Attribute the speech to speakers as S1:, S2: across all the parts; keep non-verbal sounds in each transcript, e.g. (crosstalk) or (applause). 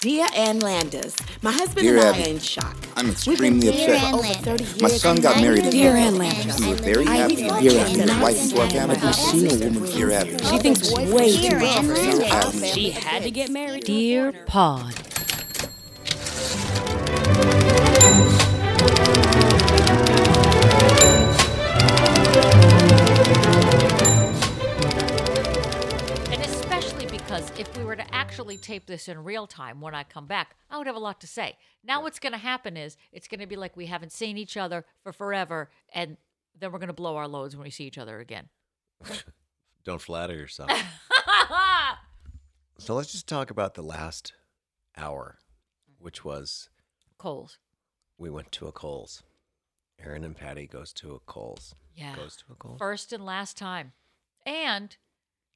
S1: Dear Ann Landis, my husband
S2: Dear
S1: and I
S2: Abby,
S1: are in shock.
S2: I'm
S1: We've been
S2: extremely
S1: together
S2: upset.
S1: for over 30 years.
S2: My son got married
S1: and
S2: in
S3: Dear
S2: April.
S3: Ann Landis.
S2: We were very happy and
S3: Dear
S2: attracted
S3: Ann
S2: his wife into our family.
S3: Have you seen a woman
S2: Dear Abby,
S3: She thinks way too much of
S2: Dear
S3: herself.
S2: Abby,
S4: She had to get married.
S5: Dear Pod.
S6: And especially because if we were to actually tape this in real time when I come back, I would have a lot to say. Now, what's going to happen is it's going to be like we haven't seen each other for forever, and then we're going to blow our loads when we see each other again. (laughs)
S7: Don't flatter yourself. so let's just talk about the last hour,
S6: Mm-hmm.
S7: which was
S6: Coles.
S7: we went to a Coles. Aaron and Patty goes to a Coles.
S6: Yeah.
S7: Goes to a Coles.
S6: First and last time. And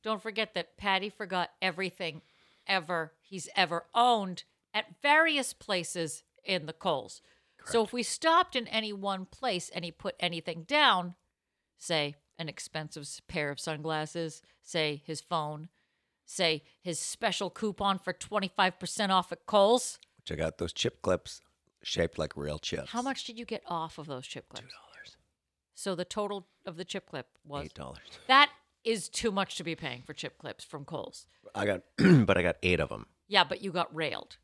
S6: don't forget that Patty forgot everything ever he's ever owned at various places in the Coles. So if we stopped in any one place and he put anything down, say an expensive s- pair of sunglasses, say his phone, say his special coupon for 25% off at Kohl's,
S7: Check out those chip clips shaped like real chips.
S6: how much did you get off of those chip clips? So the total of the chip clip was
S7: Eight dollars.
S6: That is too much to be paying for chip clips from Kohl's.
S7: I got, (clears throat) but I got eight of them.
S6: Yeah, but you got railed.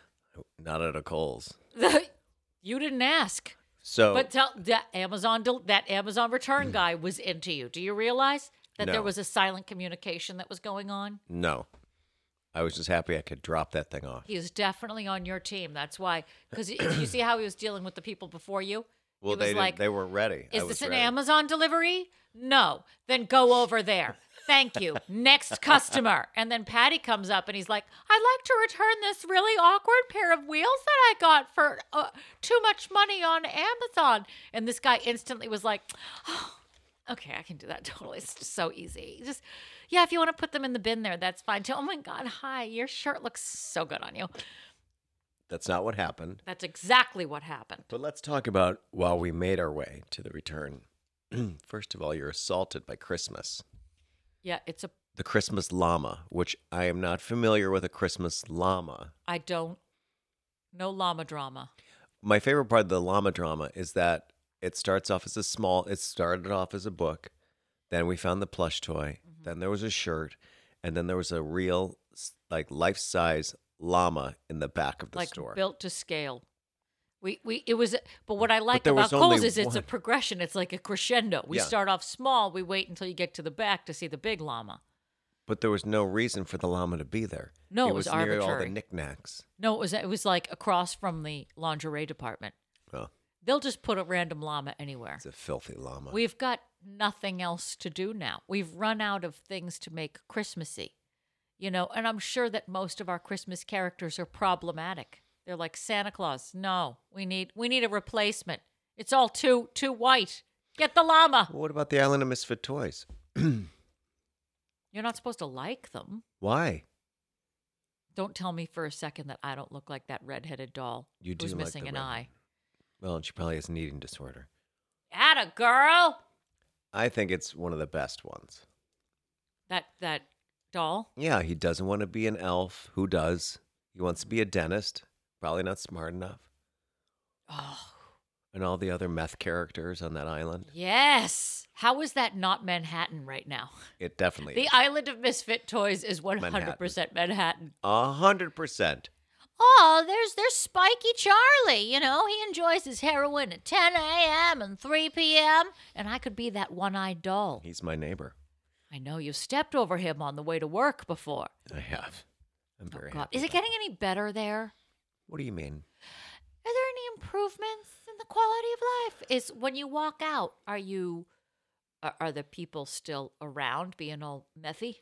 S6: (laughs)
S7: Not at a Coles.
S6: you didn't ask.
S7: So
S6: But tell that Amazon del- that Amazon return guy was into you. Do you realize that
S7: No.
S6: there was a silent communication that was going on?
S7: no, I was just happy I could drop that thing off.
S6: He is definitely on your team. That's why, because you see how he was dealing with the people before you.
S7: Well,
S6: he was
S7: they
S6: like,
S7: didn't they were ready. I
S6: "Is
S7: was
S6: this an
S7: ready.
S6: Amazon delivery? No. Then go over there. Thank you.
S7: (laughs)
S6: Next customer." And then Patty comes up and he's like, "I'd like to return this really awkward pair of wheels that I got for uh, too much money on Amazon." And this guy instantly was like, "Oh, okay, I can do that totally. It's just so easy. Just yeah, if you want to put them in the bin there, that's fine too. Oh my god, hi, your shirt looks so good on you.
S7: That's not what happened.
S6: That's exactly what happened.
S7: But let's talk about while we made our way to the return. (clears throat) First of all, you're assaulted by Christmas,
S6: Yeah, it's a
S7: the Christmas llama, which I am not familiar with a Christmas llama.
S6: I don't no llama drama.
S7: My favorite part of the llama drama is that it starts off as a small, it started off as a book. Then we found the plush toy.
S6: Mm-hmm.
S7: Then there was a shirt. And then there was a real, s- like, life size llama in the back of the
S6: like
S7: store.
S6: built to scale. We, we it was but what I like
S7: there
S6: about
S7: was only
S6: Kohl's is it's a
S7: one.
S6: progression. It's like a crescendo. We
S7: Yeah.
S6: start off small, we wait until you get to the back to see the big llama.
S7: but there was no reason for the llama to be there.
S6: No, it was
S7: near all the
S6: arbitrary.
S7: knickknacks.
S6: No, it was it was like across from the lingerie department.
S7: Oh,
S6: They'll just put a random llama anywhere.
S7: it's a filthy llama.
S6: We've got nothing else to do now. We've run out of things to make Christmassy, you know, and I'm sure that most of our Christmas characters are problematic. They're like Santa Claus. No, we need we need a replacement. It's all too too white. Get the llama.
S7: Well, what about the Island of Misfit Toys?
S6: You're not supposed to like them.
S7: Why?
S6: Don't tell me for a second that I don't look like that redheaded doll
S7: You
S6: who's
S7: do like the
S6: missing an
S7: redhead.
S6: eye.
S7: Well, she probably has an eating disorder.
S6: Atta girl.
S7: I think it's one of the best ones.
S6: That that doll.
S7: Yeah, he doesn't want to be an elf. Who does? He wants to be a dentist. Probably not smart enough.
S6: Oh,
S7: And all the other meth characters on that island.
S6: yes. How is that not Manhattan right now?
S7: It definitely
S6: The
S7: is.
S6: Island of Misfit Toys is 100% Manhattan.
S7: A hundred percent.
S6: Oh, there's there's Spiky Charlie. You know, he enjoys his heroin at 10 a.m. and 3 p.m. And I could be that one-eyed doll.
S7: He's my neighbor.
S6: I know you stepped over him on the way to work before.
S7: I have. I'm very
S6: Oh, God,
S7: happy
S6: is it
S7: about
S6: getting any better there?
S7: What do you mean?
S6: Are there any improvements in the quality of life? Is when you walk out, are you are, are the people still around being all methy?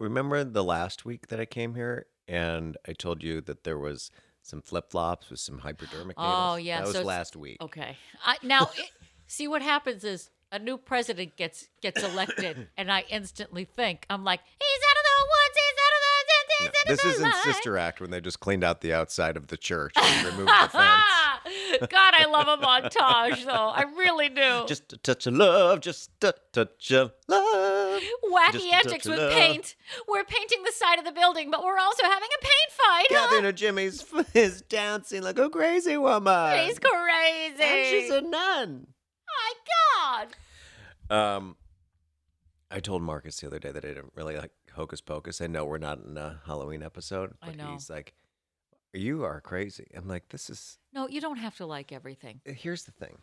S7: Remember the last week that I came here and I told you that there was some flip flops with some hypodermic needles?
S6: Oh, yeah,
S7: That was
S6: so Oh, it's-
S7: last week.
S6: Okay. I, now, it, see what happens is a new president gets gets
S7: (coughs)
S6: elected, and I instantly think I'm like, he's out of the woods. He's out of the.
S7: (laughs)
S6: He's out of
S7: No, this
S6: the
S7: isn't
S6: line." (laughs)
S7: Sister Act when they just cleaned out the outside of the church and removed the
S6: Oh.
S7: fence.
S6: God, I love a
S7: (laughs)
S6: montage though. I really do.
S7: Just a touch of love, just a touch of love. love.
S6: wacky
S7: Just a touch
S6: antics
S7: of
S6: with
S7: love.
S6: paint. We're painting the side of the building, but we're also having a paint fight. huh?
S7: Catherine or Jimmy's (laughs) is dancing like a crazy woman.
S6: She's crazy.
S7: And she's a nun.
S6: My God.
S7: Um, I told Marcus the other day that I didn't really like Hocus Pocus. I know we're not in a Halloween episode,
S6: I
S7: but
S6: know.
S7: he's like, "You are crazy." I'm like, "This is."
S6: No, you don't have to like everything.
S7: Here's
S6: (laughs)
S7: the thing.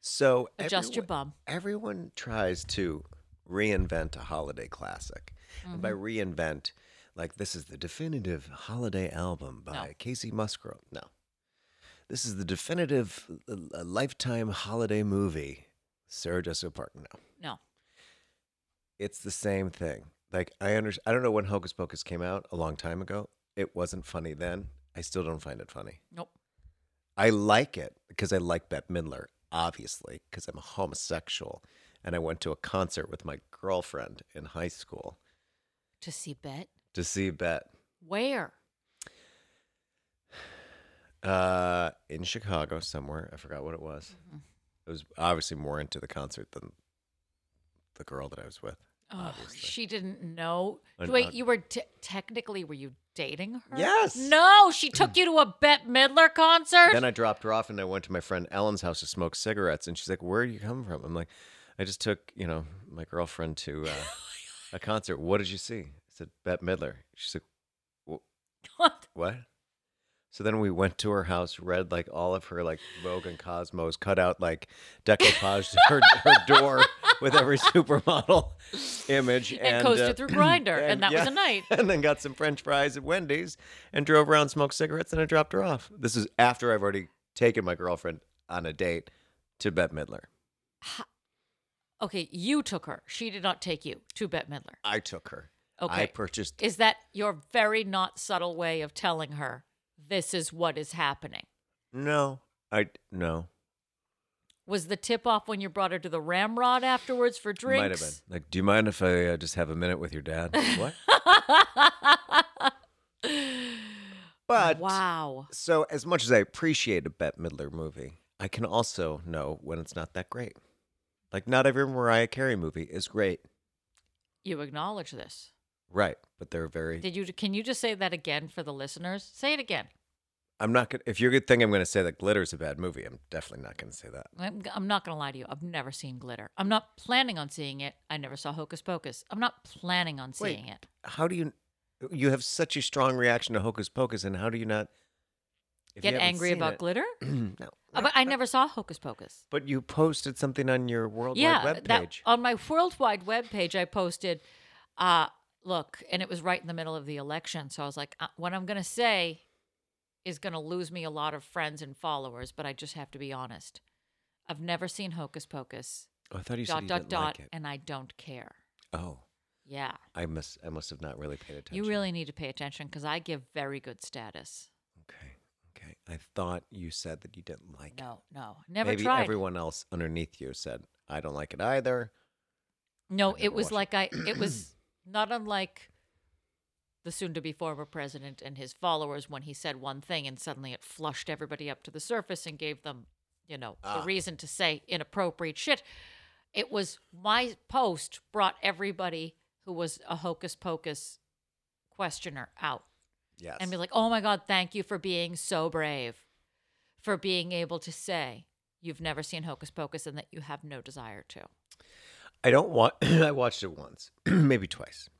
S7: so
S6: Adjust your
S7: everyone-
S6: bum.
S7: Everyone tries to reinvent a holiday classic, and by reinvent, like this is the definitive holiday album by Casey Musgrove. No, this is the definitive uh, uh, lifetime holiday movie. Sarah Jessica Parker. No
S6: No.
S7: it's the same thing. Like I under, I don't know when Hocus Pocus came out a long time ago. It wasn't funny then. I still don't find it funny.
S6: Nope.
S7: I like it because I like Bette Midler, obviously, because I'm a homosexual, and I went to a concert with my girlfriend in high school
S6: To see Bet.
S7: to see Bette
S6: Where?
S7: uh, in Chicago somewhere. I forgot what it was. It was obviously more into the concert than the girl that I was with.
S6: Oh, she didn't know.
S7: And
S6: Wait,
S7: I-
S6: you were t- technically were you dating her?
S7: Yes.
S6: No, she took you to a Bette Midler concert.
S7: Then I dropped her off and I went to my friend Ellen's house to smoke cigarettes. And she's like, Where do you come from? I'm like, I just took, you know, my
S6: (laughs)
S7: girlfriend to uh,
S6: Oh
S7: a concert. What did you see? I said, Bette Midler. She's like,
S6: (laughs) What?
S7: What? So then we went to her house, read like all of her like Vogue and Cosmos, cut out like decoupage to (laughs) her, her door
S6: (laughs)
S7: with every supermodel image, and, uh,
S6: coasted
S7: (clears throat)
S6: through Grindr, and that was a night.
S7: (laughs) And then got some French fries at Wendy's, and drove around, smoked cigarettes, and I dropped her off. This is after I've already taken my girlfriend on a date to Bette Midler.
S6: Okay, you took her. She did not take you to Bette Midler.
S7: I took her. I
S6: Okay.
S7: purchased
S6: Is that your very not subtle way of telling her this is what is happening?
S7: no. I no.
S6: Was the tip off when you brought her to the Ramrod afterwards for drinks?
S7: Might have
S6: (laughs)
S7: been like, do you mind if I uh, just have a minute with your dad? what? But
S6: wow.
S7: So, as much as I appreciate a Bette Midler movie, I can also know when it's not that great. Like, not every Mariah Carey movie is great.
S6: You acknowledge this.
S7: Right. But they're very.
S6: Did you can you just say that again for the listeners? Say it again.
S7: I'm not going to. If you're going to think I'm going to say that Glitter's a bad movie, I'm definitely not going to say that.
S6: I'm, I'm not going to lie to you. I've never seen glitter. I'm not planning on seeing it. I never saw Hocus Pocus. I'm not planning on
S7: Wait.
S6: seeing it.
S7: How do you. You have such a strong reaction to Hocus Pocus, and how do you not. if you
S6: Get
S7: haven't
S6: angry
S7: seen
S6: about
S7: it-
S6: glitter?
S7: (clears throat) no.
S6: Uh, But I never saw Hocus Pocus.
S7: But you posted something on your World
S6: yeah,
S7: Wide Web
S6: that- Oh,
S7: page.
S6: on my worldwide web page, I posted, uh, look, and it was right in the middle of the election. So I was like, uh, what I'm going to say is going to lose me a lot of friends and followers, but I just have to be honest. I've never seen Hocus Pocus.
S7: oh, I thought you said
S6: dot
S7: you
S6: dot
S7: didn't
S6: dot,
S7: like it.
S6: and I don't care.
S7: Oh,
S6: Yeah.
S7: I must. I must have not really paid attention.
S6: You really need to pay attention because I give very good status.
S7: Okay. Okay. I thought you said that you didn't like it.
S6: No, no, never
S7: Maybe
S6: tried.
S7: everyone else underneath you said, I don't like it either.
S6: no,
S7: I've
S6: it
S7: never
S6: was
S7: watched it.
S6: like I. It
S7: (clears throat)
S6: was not unlike the soon-to-be former president and his followers when he said one thing and suddenly it flushed everybody up to the surface and gave them, you know, a
S7: Ah.
S6: reason to say inappropriate shit. It was my post brought everybody who was a hocus pocus questioner out.
S7: Yes.
S6: and be like, "Oh my god, thank you for being so brave, for being able to say you've never seen Hocus Pocus and that you have no desire to."
S7: I don't want, (clears throat) I watched it once, (clears throat) maybe twice.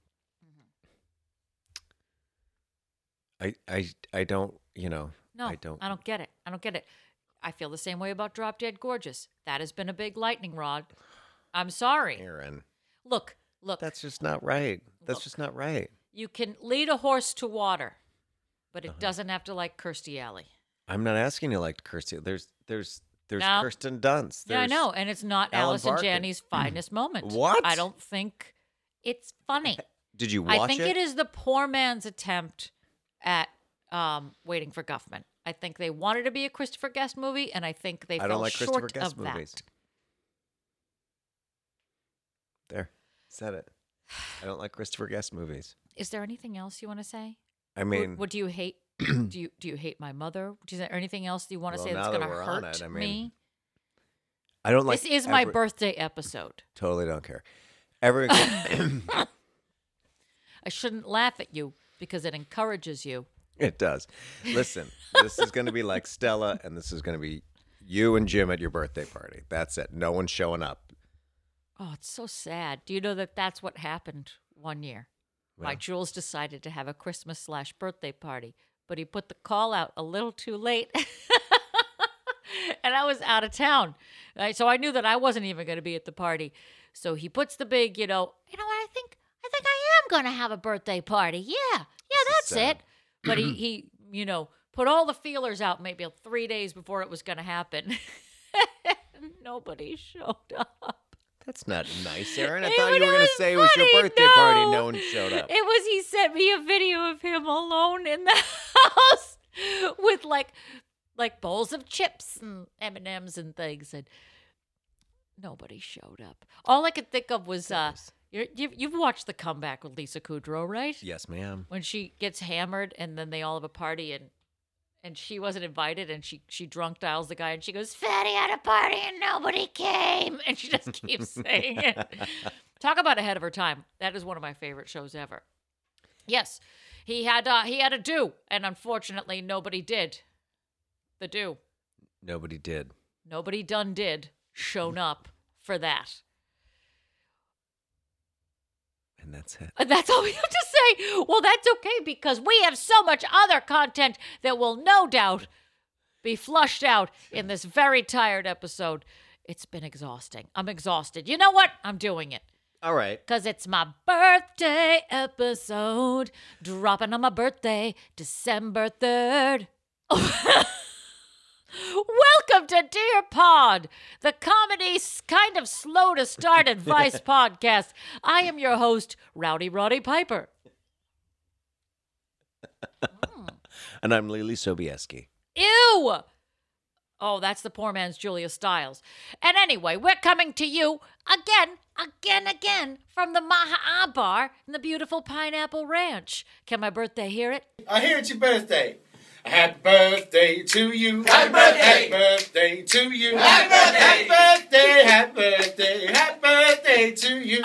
S7: I, I, I don't, you know,
S6: Mm-hmm. No,
S7: I don't.
S6: get it. I don't get it. I feel the same way about Drop Dead Gorgeous. That has been a big lightning rod. I'm sorry.
S7: Aaron,
S6: Look, look.
S7: that's just not right. That's
S6: Look.
S7: just not right.
S6: you can lead a horse to water, but it
S7: Uh-huh.
S6: doesn't have to like Kirstie Alley.
S7: I'm not asking you like Kirsty. There's, there's, there's
S6: No.
S7: Kirsten Dunst.
S6: Yeah, I
S7: There's-
S6: know, and it's not
S7: Alan
S6: Alice and
S7: Barkin.
S6: Janney's finest moment.
S7: (clears throat) What?
S6: I don't think it's
S7: (laughs)
S6: funny.
S7: Did you watch
S6: I think it is the poor man's attempt at um, waiting for Guffman. I think they wanted to be a Christopher Guest movie, and I think they
S7: I
S6: fell
S7: don't like Christopher
S6: short
S7: Guest
S6: of that.
S7: movies. There, said it. I don't like Christopher Guest movies.
S6: Is there anything else you want to say?
S7: I
S6: What-
S7: mean,
S6: what, do you
S7: (clears throat)
S6: hate? do you do you hate my mother? Is there anything else you want to
S7: Well,
S6: say that's
S7: now that
S6: going to
S7: we're on
S6: hurt
S7: it, I mean-
S6: me?
S7: I don't like.
S6: this is my
S7: every-
S6: birthday episode.
S7: Totally don't care.
S6: (laughs)
S7: Every (clears throat)
S6: I shouldn't laugh at you because it encourages you.
S7: it does. Listen, this is going to be like Stella, and this is going to be you and Jim at your birthday party. That's it. No one's showing up.
S6: Oh, it's so sad. Do you know that that's what happened one year? My
S7: Well.
S6: Jules decided to have a Christmas slash birthday party, but he put the call out a little too late. (laughs) and I was out of town. Uh, So I knew that I wasn't even going to be at the party. So he puts the big, you know, you know what? I think I think I am going to have a birthday party. Yeah. Yeah, that's
S7: sad.
S6: it. But
S7: (clears throat)
S6: he he, you know, put all the feelers out maybe 3 days before it was going to happen. (laughs) Nobody showed up.
S7: That's not nice, Aaron. I
S6: It
S7: thought
S6: was-
S7: you were going
S6: was
S7: to say it was your
S6: funny.
S7: birthday party.
S6: No.
S7: No one showed up.
S6: It was he sent me a video of him alone in the (laughs) house with like like bowls of chips and M and M's and things, and nobody showed up. All I could think of was uh, you're, you've, you've watched the comeback with Lisa Kudrow, right?
S7: Yes, ma'am.
S6: When she gets hammered and then they all have a party and. And she wasn't invited, and she she drunk dials the guy, and she goes, "Fatty had a party and nobody came," (laughs) and she just keeps saying it. Talk about ahead of her time. That is one of my favorite shows ever. Yes, he had uh, he had a do, and unfortunately, nobody did. The do,
S7: Nobody did.
S6: nobody done did shown up for that.
S7: And that's it.
S6: And Uh, that's all (laughs) we have to say. Well, that's okay because we have so much other content that will no doubt be flushed out in this very tired episode. It's been exhausting. I'm exhausted. You know what? I'm doing it.
S7: All right.
S6: Cause it's my birthday episode dropping on my birthday, December (laughs) 3rd. Welcome to Dear Pod, the comedy s- kind of slow to start advice podcast. I am your host, Rowdy Roddy Piper.
S7: And I'm Lily Sobieski.
S6: Ew! Oh, that's the poor man's Julia Stiles. And anyway, we're coming to you again, again, again from the Maha'a Bar in the beautiful Pineapple Ranch. Can my birthday hear it?
S4: I hear it's your birthday. Happy birthday to you. Happy birthday. Happy birthday to you. Happy birthday. Happy birthday. Happy birthday. Happy birthday to you.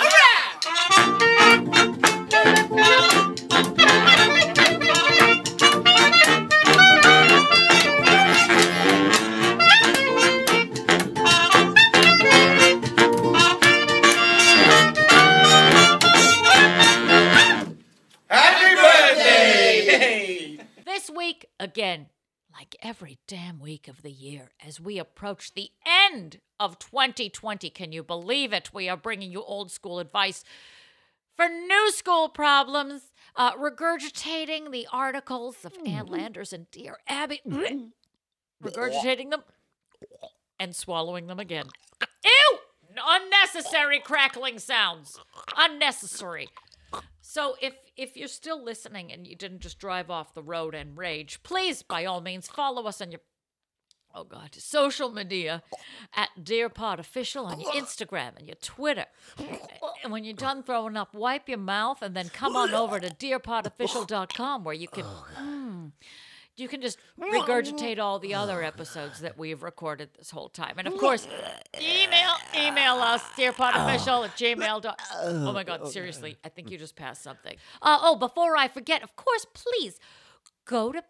S4: Happy birthday.
S6: This week, again, like every damn week of the year, as we approach the end of 2020, can you believe it? We are bringing you old school advice for new school problems, uh, regurgitating the articles of Ann Landers and Dear Abby, (clears throat) regurgitating them and swallowing them again. Ew! Unnecessary crackling sounds. Unnecessary. So if if you're still listening and you didn't just drive off the road and rage, please by all means follow us on your oh god social media at Dear Pod Official on your Instagram and your Twitter. And when you're done throwing up, wipe your mouth and then come on over to DearPodOfficial.com where you can. Mm, you can just regurgitate all the other episodes that we've recorded this whole time. And of course, email email us, dearpodofficial at gmail. dot- Oh my God, seriously, I think you just passed something. Uh, oh, before I forget, of course, please go to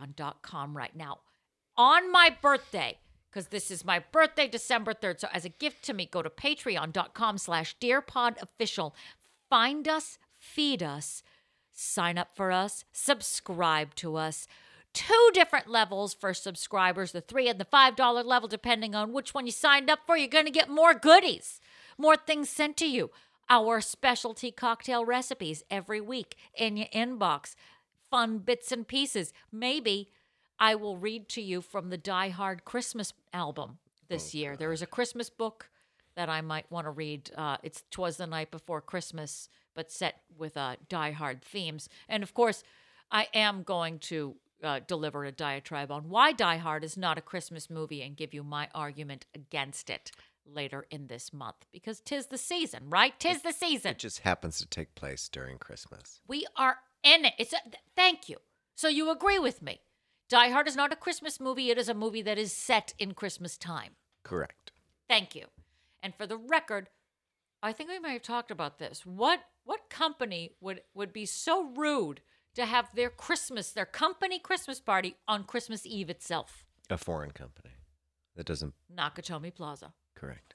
S6: patreon.com right now on my birthday because this is my birthday december 3rd so as a gift to me go to patreon.com slash dearpodofficial find us feed us sign up for us subscribe to us two different levels for subscribers the three and the five dollar level depending on which one you signed up for you're going to get more goodies more things sent to you our specialty cocktail recipes every week in your inbox fun bits and pieces. Maybe I will read to you from the Die Hard Christmas album this year. There is a Christmas book that I might want to read. Uh, it's Twas the Night Before Christmas, but set with uh, Die Hard themes. And of course, I am going to uh, deliver a diatribe on why Die Hard is not a Christmas movie and give you my argument against it later in this month because tis the season, right? Tis the season.
S7: It just happens to take place during Christmas.
S6: We are in it. It's a, th- thank you. So you agree with me. Die Hard is not a Christmas movie. It is a movie that is set in Christmas time.
S7: Correct.
S6: Thank you. And for the record, I think we may have talked about this. What what company would would be so rude to have their Christmas, their company Christmas party on Christmas Eve itself?
S7: A foreign company. That doesn't
S6: Nakatomi Plaza.
S7: correct.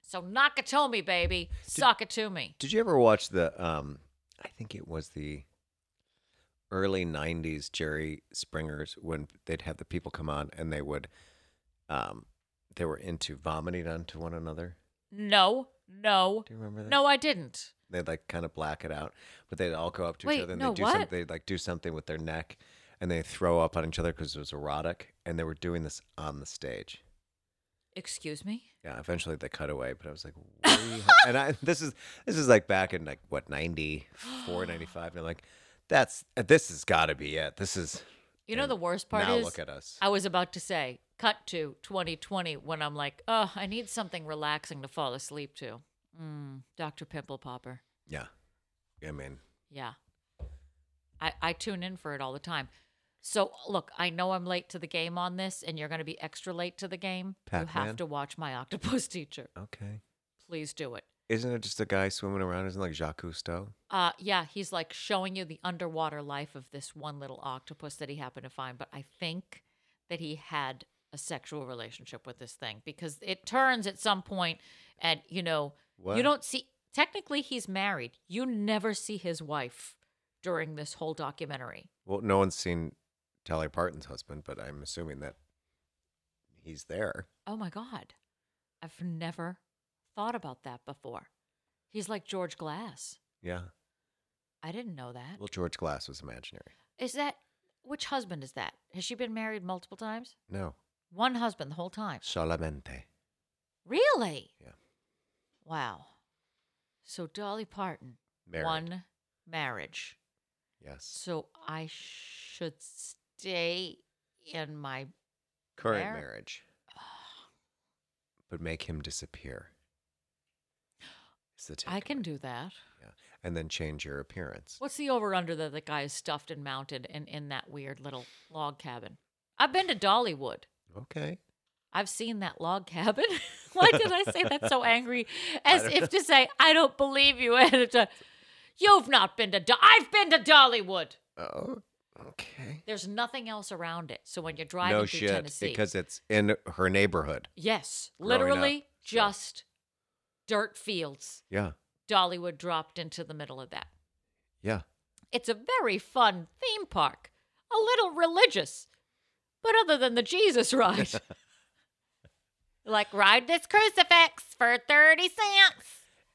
S6: So Nakatomi, baby, suck it to me.
S7: Did you ever watch the um I think it was the early 90s Jerry Springer's when they'd have the people come on and they would um they were into vomiting onto one another.
S6: No, no,
S7: Do you remember that?
S6: no, I didn't.
S7: They'd like kind of black it out, but they'd all go up to
S6: Wait,
S7: each other and
S6: no,
S7: they'd do something
S6: what?
S7: they'd like do something with their neck and they throw up on each other because it was erotic and they were doing this on the stage.
S6: Excuse me.
S7: Yeah, eventually they cut away, but I was like, what are you- and I (laughs) this is this is like back in like
S6: (gasps)
S7: what 94, 95 and I'm like that's uh, this has got to be it. This is
S6: You know
S7: And
S6: the worst part
S7: now
S6: is
S7: look at us.
S6: I was about to say cut to 2020 when I'm like, oh, I need something relaxing to fall asleep to. Mm, Dr. Pimple Popper.
S7: yeah. I mean,
S6: Yeah. I, I tune in for it all the time. So look, I know I'm late to the game on this, and you're going to be extra late to the game. You
S7: Pac-Man?
S6: have to watch my octopus (laughs) teacher.
S7: okay.
S6: Please do it.
S7: Isn't it just a guy swimming around? Isn't it like Jacques Cousteau?
S6: Uh, yeah, he's like showing you the underwater life of this one little octopus that he happened to find. But I think that he had a sexual relationship with this thing because it turns at some point, and you know,
S7: What?
S6: you don't see. Technically, he's married. You never see his wife during this whole documentary.
S7: Well, no one's seen Dolly Parton's husband, but I'm assuming that he's there.
S6: Oh my God. I've never thought about that before. He's like George Glass.
S7: Yeah.
S6: I didn't know that.
S7: Well, George Glass was imaginary.
S6: Is that which husband is that? Has she been married multiple times?
S7: No.
S6: One husband the whole time.
S7: Solamente.
S6: Really?
S7: Yeah.
S6: Wow. So Dolly Parton,
S7: Married.
S6: one marriage.
S7: Yes.
S6: So I should stay in my.
S7: Current
S6: Mar-
S7: marriage. But make him disappear. Is the
S6: I
S7: takeaway.
S6: can do that.
S7: Yeah. And then change your appearance.
S6: What's the over under that the guy is stuffed and mounted in, in that weird little log cabin? I've been to Dollywood.
S7: Okay.
S6: I've seen that log cabin. (laughs) Why did I say that
S7: (laughs)
S6: so angry? As if to say, I don't believe you. (laughs) And it's a- You've not been to Do- I've been to Dollywood.
S7: Oh, okay.
S6: There's nothing else around it. So when you're driving
S7: No
S6: through
S7: shit,
S6: Tennessee.
S7: because it's in her neighborhood.
S6: yes,
S7: Growing up,
S6: literally
S7: sure.
S6: just dirt fields.
S7: Yeah,
S6: Dollywood dropped into the middle of that.
S7: yeah.
S6: It's a very fun theme park, a little religious, but other than the
S7: (laughs)
S6: Jesus ride. like, ride this crucifix for 30 cents.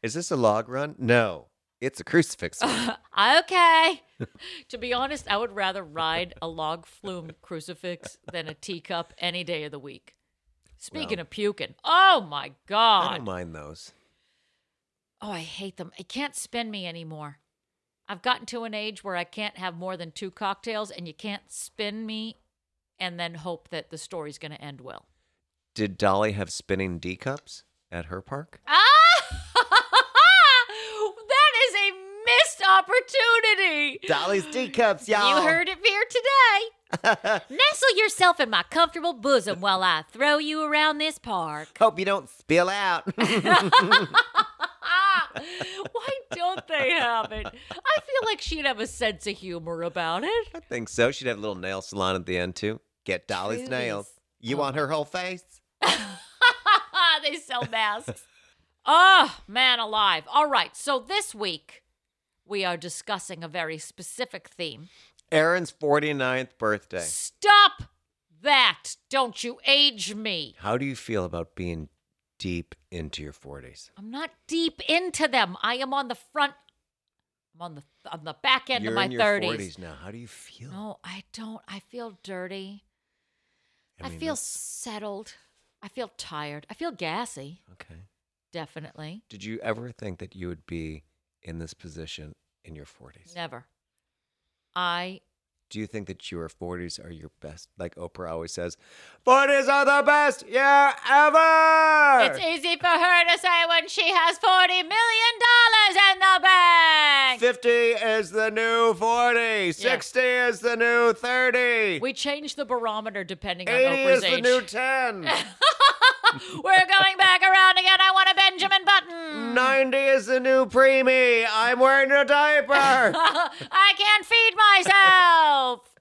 S7: Is this a log run? No, it's
S6: (laughs)
S7: a crucifix.
S6: Oh,
S7: run.
S6: okay. to be honest, I would rather ride a log flume crucifix than a teacup any day of the week. Speaking
S7: Well.
S6: of puking, oh my
S7: I don't
S6: god!
S7: mind those.
S6: Oh, I hate them. It can't spin me anymore. I've gotten to an age where I can't have more than two cocktails, and you can't spin me, and then hope that the story's going to end well.
S7: Did Dolly have spinning D cups at
S6: (gasps)
S7: her park?
S6: Ah! (laughs) that is a missed opportunity.
S7: Dolly's D cups, y'all.
S6: You heard it here today. Nestle yourself in my comfortable bosom while I throw you around this park.
S7: (laughs) Hope you don't
S6: (laughs)
S7: spill out.
S6: Ah, why don't they have it? I feel like she'd have a sense of humor about it.
S7: (laughs) I think so. She'd have a little nail salon at the end too. Get Dolly's
S6: Trulies.
S7: nails.
S6: Oh.
S7: You want her whole face?
S6: they sell masks. Oh, man alive. All right, so this week we are discussing a very specific theme.
S7: Aaron's 49th birthday.
S6: Stop that. Don't you age me.
S7: How do you feel about being deep into your 40s?
S6: I'm not deep into them. I am on the front. I'm on the on the back end
S7: You're
S6: of my Oh,
S7: in your
S6: 30s.
S7: 40s now. How do you feel?
S6: No, I don't. I feel dirty. I,
S7: mean,
S6: feel
S7: that's-
S6: settled. I feel tired. I feel gassy.
S7: okay.
S6: Definitely.
S7: Did you ever think that you would be in this position in your 40s?
S6: Never. I
S7: Do you think that your 40s are your best? Like Oprah always says, 40s are the best year ever.
S6: It's easy for her to say when she has 40 million dollars in the bank.
S7: 50 is the new 40. 60 is the new 30.
S6: We change the barometer depending on
S7: 80 is
S6: Oprah's (laughs)
S7: the
S6: age.
S7: new 10.
S6: We're going back around again. I want a Benjamin Button.
S7: 90 is the new preemie. I'm wearing
S6: (laughs)
S7: a diaper.
S6: I can't feed myself.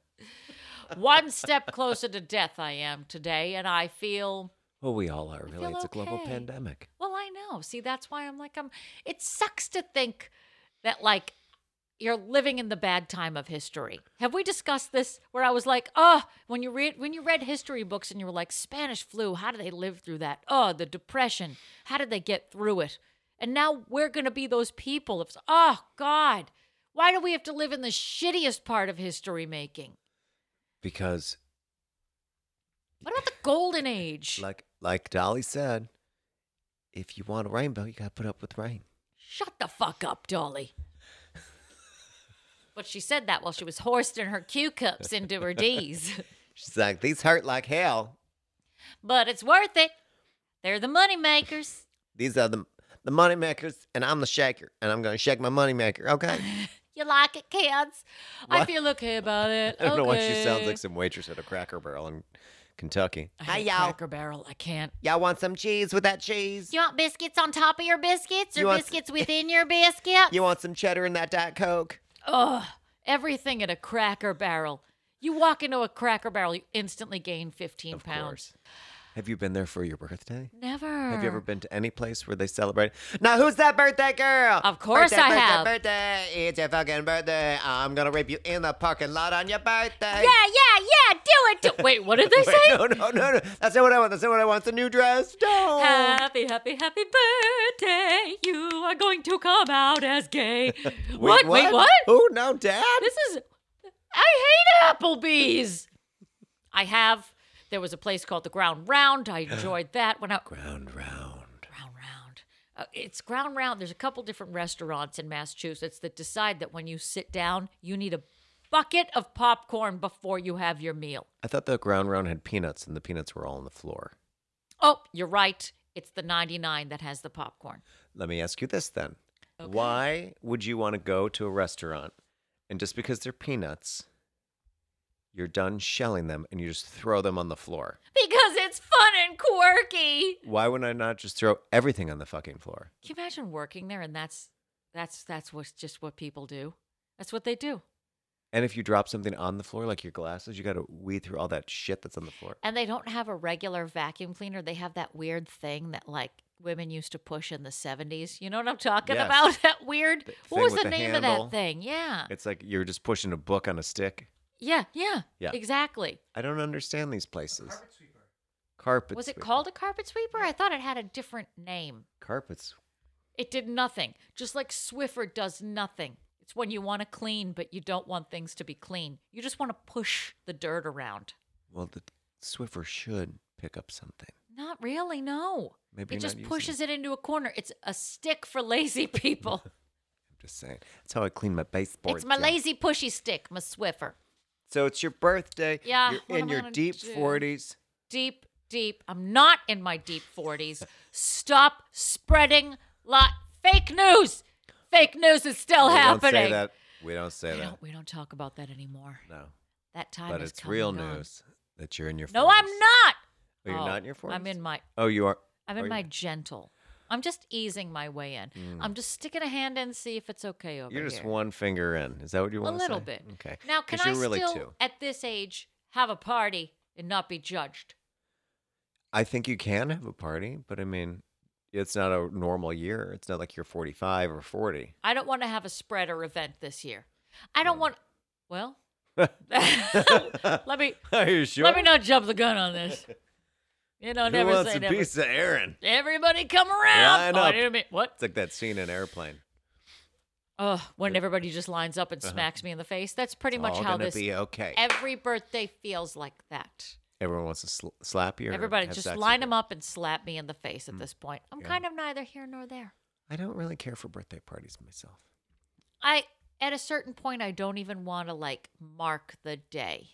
S6: One step closer to death I am today, and I feel.
S7: well, we all are, really.
S6: feel
S7: It's a global
S6: okay.
S7: pandemic.
S6: Well, I know. See, that's why I'm like, I'm. It sucks to think that like you're living in the bad time of history. Have we discussed this? Where I was like, oh, when you read when you read history books and you were like, Spanish flu. How did they live through that? Oh, the depression. How did they get through it? And now we're gonna be those people. If oh God, why do we have to live in the shittiest part of history making?
S7: Because,
S6: What about the golden age?
S7: like, like Dolly said, if you want a rainbow, you got to put up with rain.
S6: Shut the fuck up, Dolly. but she said that while she was hoisting her Q cups into her D's. (laughs)
S7: She's like, these hurt like hell.
S6: but it's worth it. They're the money makers.
S7: These are the, the money makers, and I'm the shaker, and I'm going to shake my money maker, okay? (laughs)
S6: You like it, kids? I
S7: What?
S6: feel okay about it.
S7: (laughs) I don't know why she sounds
S6: Okay.
S7: like some waitress at a Cracker Barrel in Kentucky.
S6: I hate Cracker Barrel. I can't.
S7: Y'all want some cheese with that cheese?
S6: You want biscuits on top of your biscuits, or
S7: You want s-
S6: biscuits within your biscuit?
S7: You want some cheddar in that Diet Coke?
S6: Ugh, everything at a Cracker Barrel. You walk into a Cracker Barrel, you instantly gain fifteen pounds.
S7: Have you been there for your birthday?
S6: Never.
S7: Have you ever
S6: Mm.
S7: been to any place where they celebrate? Now, who's that birthday girl?
S6: Of course
S7: Birthday,
S6: I
S7: birthday,
S6: have.
S7: Birthday, it's your fucking birthday. I'm gonna rape you in the parking lot on your birthday.
S6: Yeah, yeah, yeah. Do
S7: (laughs)
S6: it. Do- Wait, what did they
S7: Wait,
S6: say?
S7: no, no, no, no. That's not what I want. That's not what I want. It's a new dress. No.
S6: Happy, happy, happy birthday. You are going to come out as gay.
S7: (laughs) Wait,
S6: what? Wait, what?
S7: Oh no, Dad.
S6: This is. I hate Applebee's. I have. There was a place called the Ground Round. I
S7: (gasps)
S6: enjoyed that when I.
S7: Round, round.
S6: Ground Round. Uh, it's Ground Round. There's a couple different restaurants in Massachusetts that decide that when you sit down, you need a bucket of popcorn before you have your meal.
S7: I thought the ground round had peanuts, and the peanuts were all on the floor.
S6: Oh, you're right. It's the 99 that has the popcorn.
S7: Let me ask you this then. Why would you want to go to a restaurant and just because they're peanuts, you're done shelling them and you just throw them on the floor?
S6: Because it's fun and quirky.
S7: Why would I not just throw everything on the fucking floor?
S6: Can you imagine working there and that's that's that's what's just what people do. That's what they do.
S7: And if you drop something on the floor, like your glasses, you got to weed through all that shit that's on the floor.
S6: And they don't have a regular vacuum cleaner. They have that weird thing that like women used to push in the 70s. You know what I'm talking
S7: Yes.
S6: about? (laughs) That weird
S7: Th-
S6: What
S7: thing
S6: was
S7: with
S6: the,
S7: the
S6: name of
S7: handle.
S6: that thing? Yeah.
S7: It's like you're just pushing a book on a stick.
S6: Yeah, yeah.
S7: Yeah.
S6: Exactly.
S7: I don't understand these places. Carpet sweeper. Carpet
S6: was it
S7: sweeper.
S6: called a carpet sweeper? I thought it had a different name.
S7: Carpets.
S6: It did nothing. Just like Swiffer does nothing. It's when you want to clean, but you don't want things to be clean. You just want to push the dirt around.
S7: Well, the Swiffer should pick up something.
S6: Not really, no.
S7: Maybe
S6: it
S7: you're
S6: just
S7: not using
S6: pushes it. into a corner. It's a stick for
S7: (laughs)
S6: lazy people.
S7: I'm just saying. That's how I clean my baseboards.
S6: it's my
S7: y'all.
S6: lazy pushy stick, my Swiffer.
S7: So it's your birthday.
S6: Yeah, what
S7: You're in
S6: am I
S7: your
S6: gonna
S7: deep
S6: do?
S7: 40s.
S6: Deep, deep. I'm not in my deep 40s. Stop spreading lot fake news. Fake news is still
S7: we
S6: happening.
S7: don't say that. We don't say
S6: We
S7: that.
S6: don't, we don't talk about that anymore.
S7: No.
S6: That time
S7: But
S6: is
S7: it's real
S6: coming on.
S7: news that you're in your 40s.
S6: No, I'm not.
S7: Oh, you're
S6: Oh,
S7: not in your 40s?
S6: I'm in my
S7: Oh, you are.
S6: I'm
S7: are
S6: in
S7: you? Hmm.
S6: my gentle. I'm just easing my way in. I'm just sticking a hand in, see if it's okay over
S7: You're just
S6: here.
S7: one finger in. Is that what you
S6: a
S7: want to say?
S6: little bit.
S7: Okay.
S6: Now,
S7: 'Cause
S6: can I
S7: you're really
S6: still,
S7: two.
S6: at this age, have a party and not be judged?
S7: I think you can have a party, but I mean, it's not a normal year. It's not like you're 45 or 40.
S6: I don't want to have a spread or event this year. I
S7: Hmm.
S6: don't want.
S7: (laughs)
S6: Well, (laughs) let me
S7: (laughs) Are you sure?
S6: let me not jump the gun on
S7: (laughs)
S6: this. You know,
S7: Who
S6: never
S7: wants
S6: say
S7: a
S6: never.
S7: piece of Aaron?
S6: Everybody come around.
S7: Line
S6: oh, I
S7: up.
S6: didn't mean- what?
S7: It's like that scene in Airplane.
S6: Oh, when everybody just lines up and smacks me in the face. That's pretty much
S7: Uh-huh. All
S6: how
S7: gonna
S6: this.
S7: be okay.
S6: Every birthday feels like that.
S7: Everyone wants to sl- slap you. or
S6: Everybody
S7: have
S6: just
S7: sex with
S6: line
S7: you.
S6: them up and slap me in the face at this point. I'm kind of neither here nor there.
S7: I don't really care for birthday parties myself.
S6: I at a certain point I don't even want to like mark the day.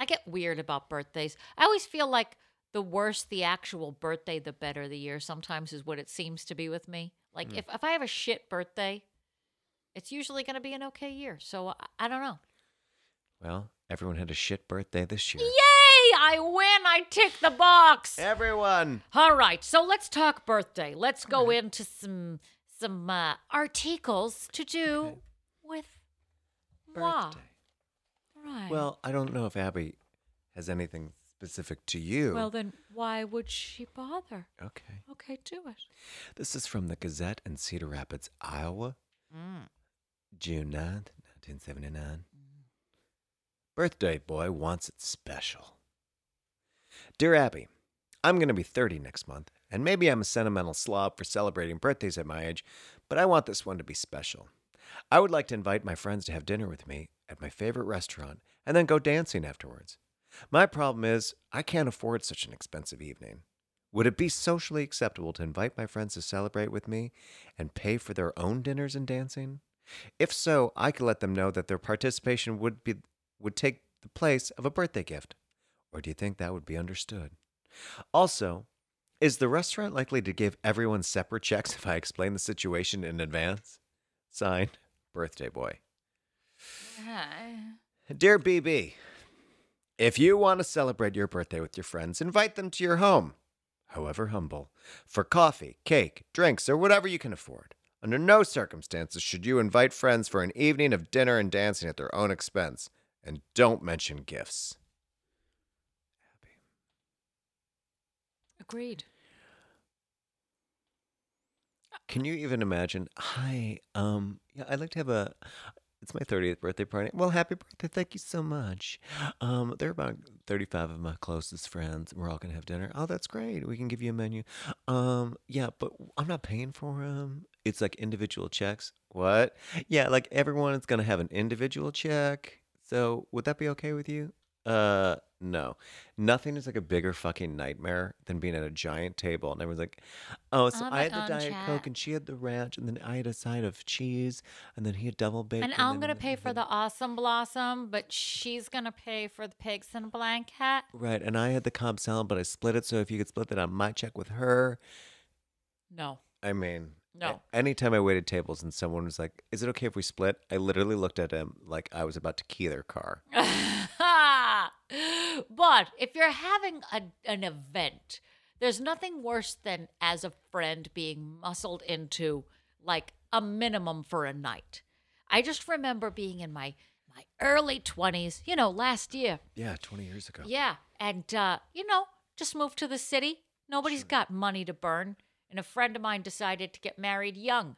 S6: I get weird about birthdays. I always feel like the worse the actual birthday, the better the year sometimes is what it seems to be with me. Like if, if I have a shit birthday, it's usually going to be an okay year. So I, I don't know.
S7: Well, Everyone had a shit birthday this year.
S6: Yay! I win. I tick the box.
S7: Everyone.
S6: All right, so let's talk birthday. Let's go into some some uh, articles to do with moi.
S7: Birthday.
S6: Right.
S7: Well, I don't know if Abby has anything specific to you.
S6: well, then why would she bother?
S7: okay.
S6: Okay, do it.
S7: This is from the Gazette in Cedar Rapids, Iowa, June 9th, 1979. Birthday boy wants it special. Dear Abby, I'm going to be 30 next month, and maybe I'm a sentimental slob for celebrating birthdays at my age, but I want this one to be special. I would like to invite my friends to have dinner with me at my favorite restaurant and then go dancing afterwards. My problem is, I can't afford such an expensive evening. Would it be socially acceptable to invite my friends to celebrate with me and pay for their own dinners and dancing? If so, I could let them know that their participation would be would take the place of a birthday gift. Or do you think that would be understood? Also, is the restaurant likely to give everyone separate checks (laughs) if I explain the situation in advance? Signed, birthday boy. Dear BB, if you want to celebrate your birthday with your friends, invite them to your home, however humble, for coffee, cake, drinks, or whatever you can afford. Under no circumstances should you invite friends for an evening of dinner and dancing at their own expense, and don't mention gifts.
S6: Agreed.
S7: Can you even imagine? Hi, um, yeah, I'd like to have a. It's my thirtieth birthday party. Well, happy birthday! Thank you so much. Um, there are about thirty-five of my closest friends. We're all gonna have dinner. Oh, that's great. We can give you a menu. Um, yeah, but I'm not paying for them. It's like individual checks. What? Yeah, like everyone is gonna have an individual check. So would that be okay with you? Uh, no. Nothing is like a bigger fucking nightmare than being at a giant table and everyone's like, oh, so
S6: I'm
S7: I
S6: an
S7: had the diet
S6: uncheck.
S7: coke and she had the ranch and then I had a side of cheese and then he had double bacon.
S6: And I'm
S7: then-
S6: gonna pay for the awesome blossom, but she's gonna pay for the pigs in a blanket.
S7: right. And I had the Cobb salad, but I split it. So if you could split that on my check with her,
S6: No.
S7: I mean,
S6: No.
S7: a- Anytime I waited tables and someone was like, "Is it okay if we split?" I literally looked at him like I was about to key their car.
S6: (laughs) Uh, but if you're having a, an event, there's nothing worse than as a friend being muscled into like a minimum for a night. I just remember being in my my early 20s, you know, last year.
S7: Yeah, twenty years ago.
S6: Yeah, and uh, you know, just moved to the city. Nobody's got money to burn, and a friend of mine decided to get married young,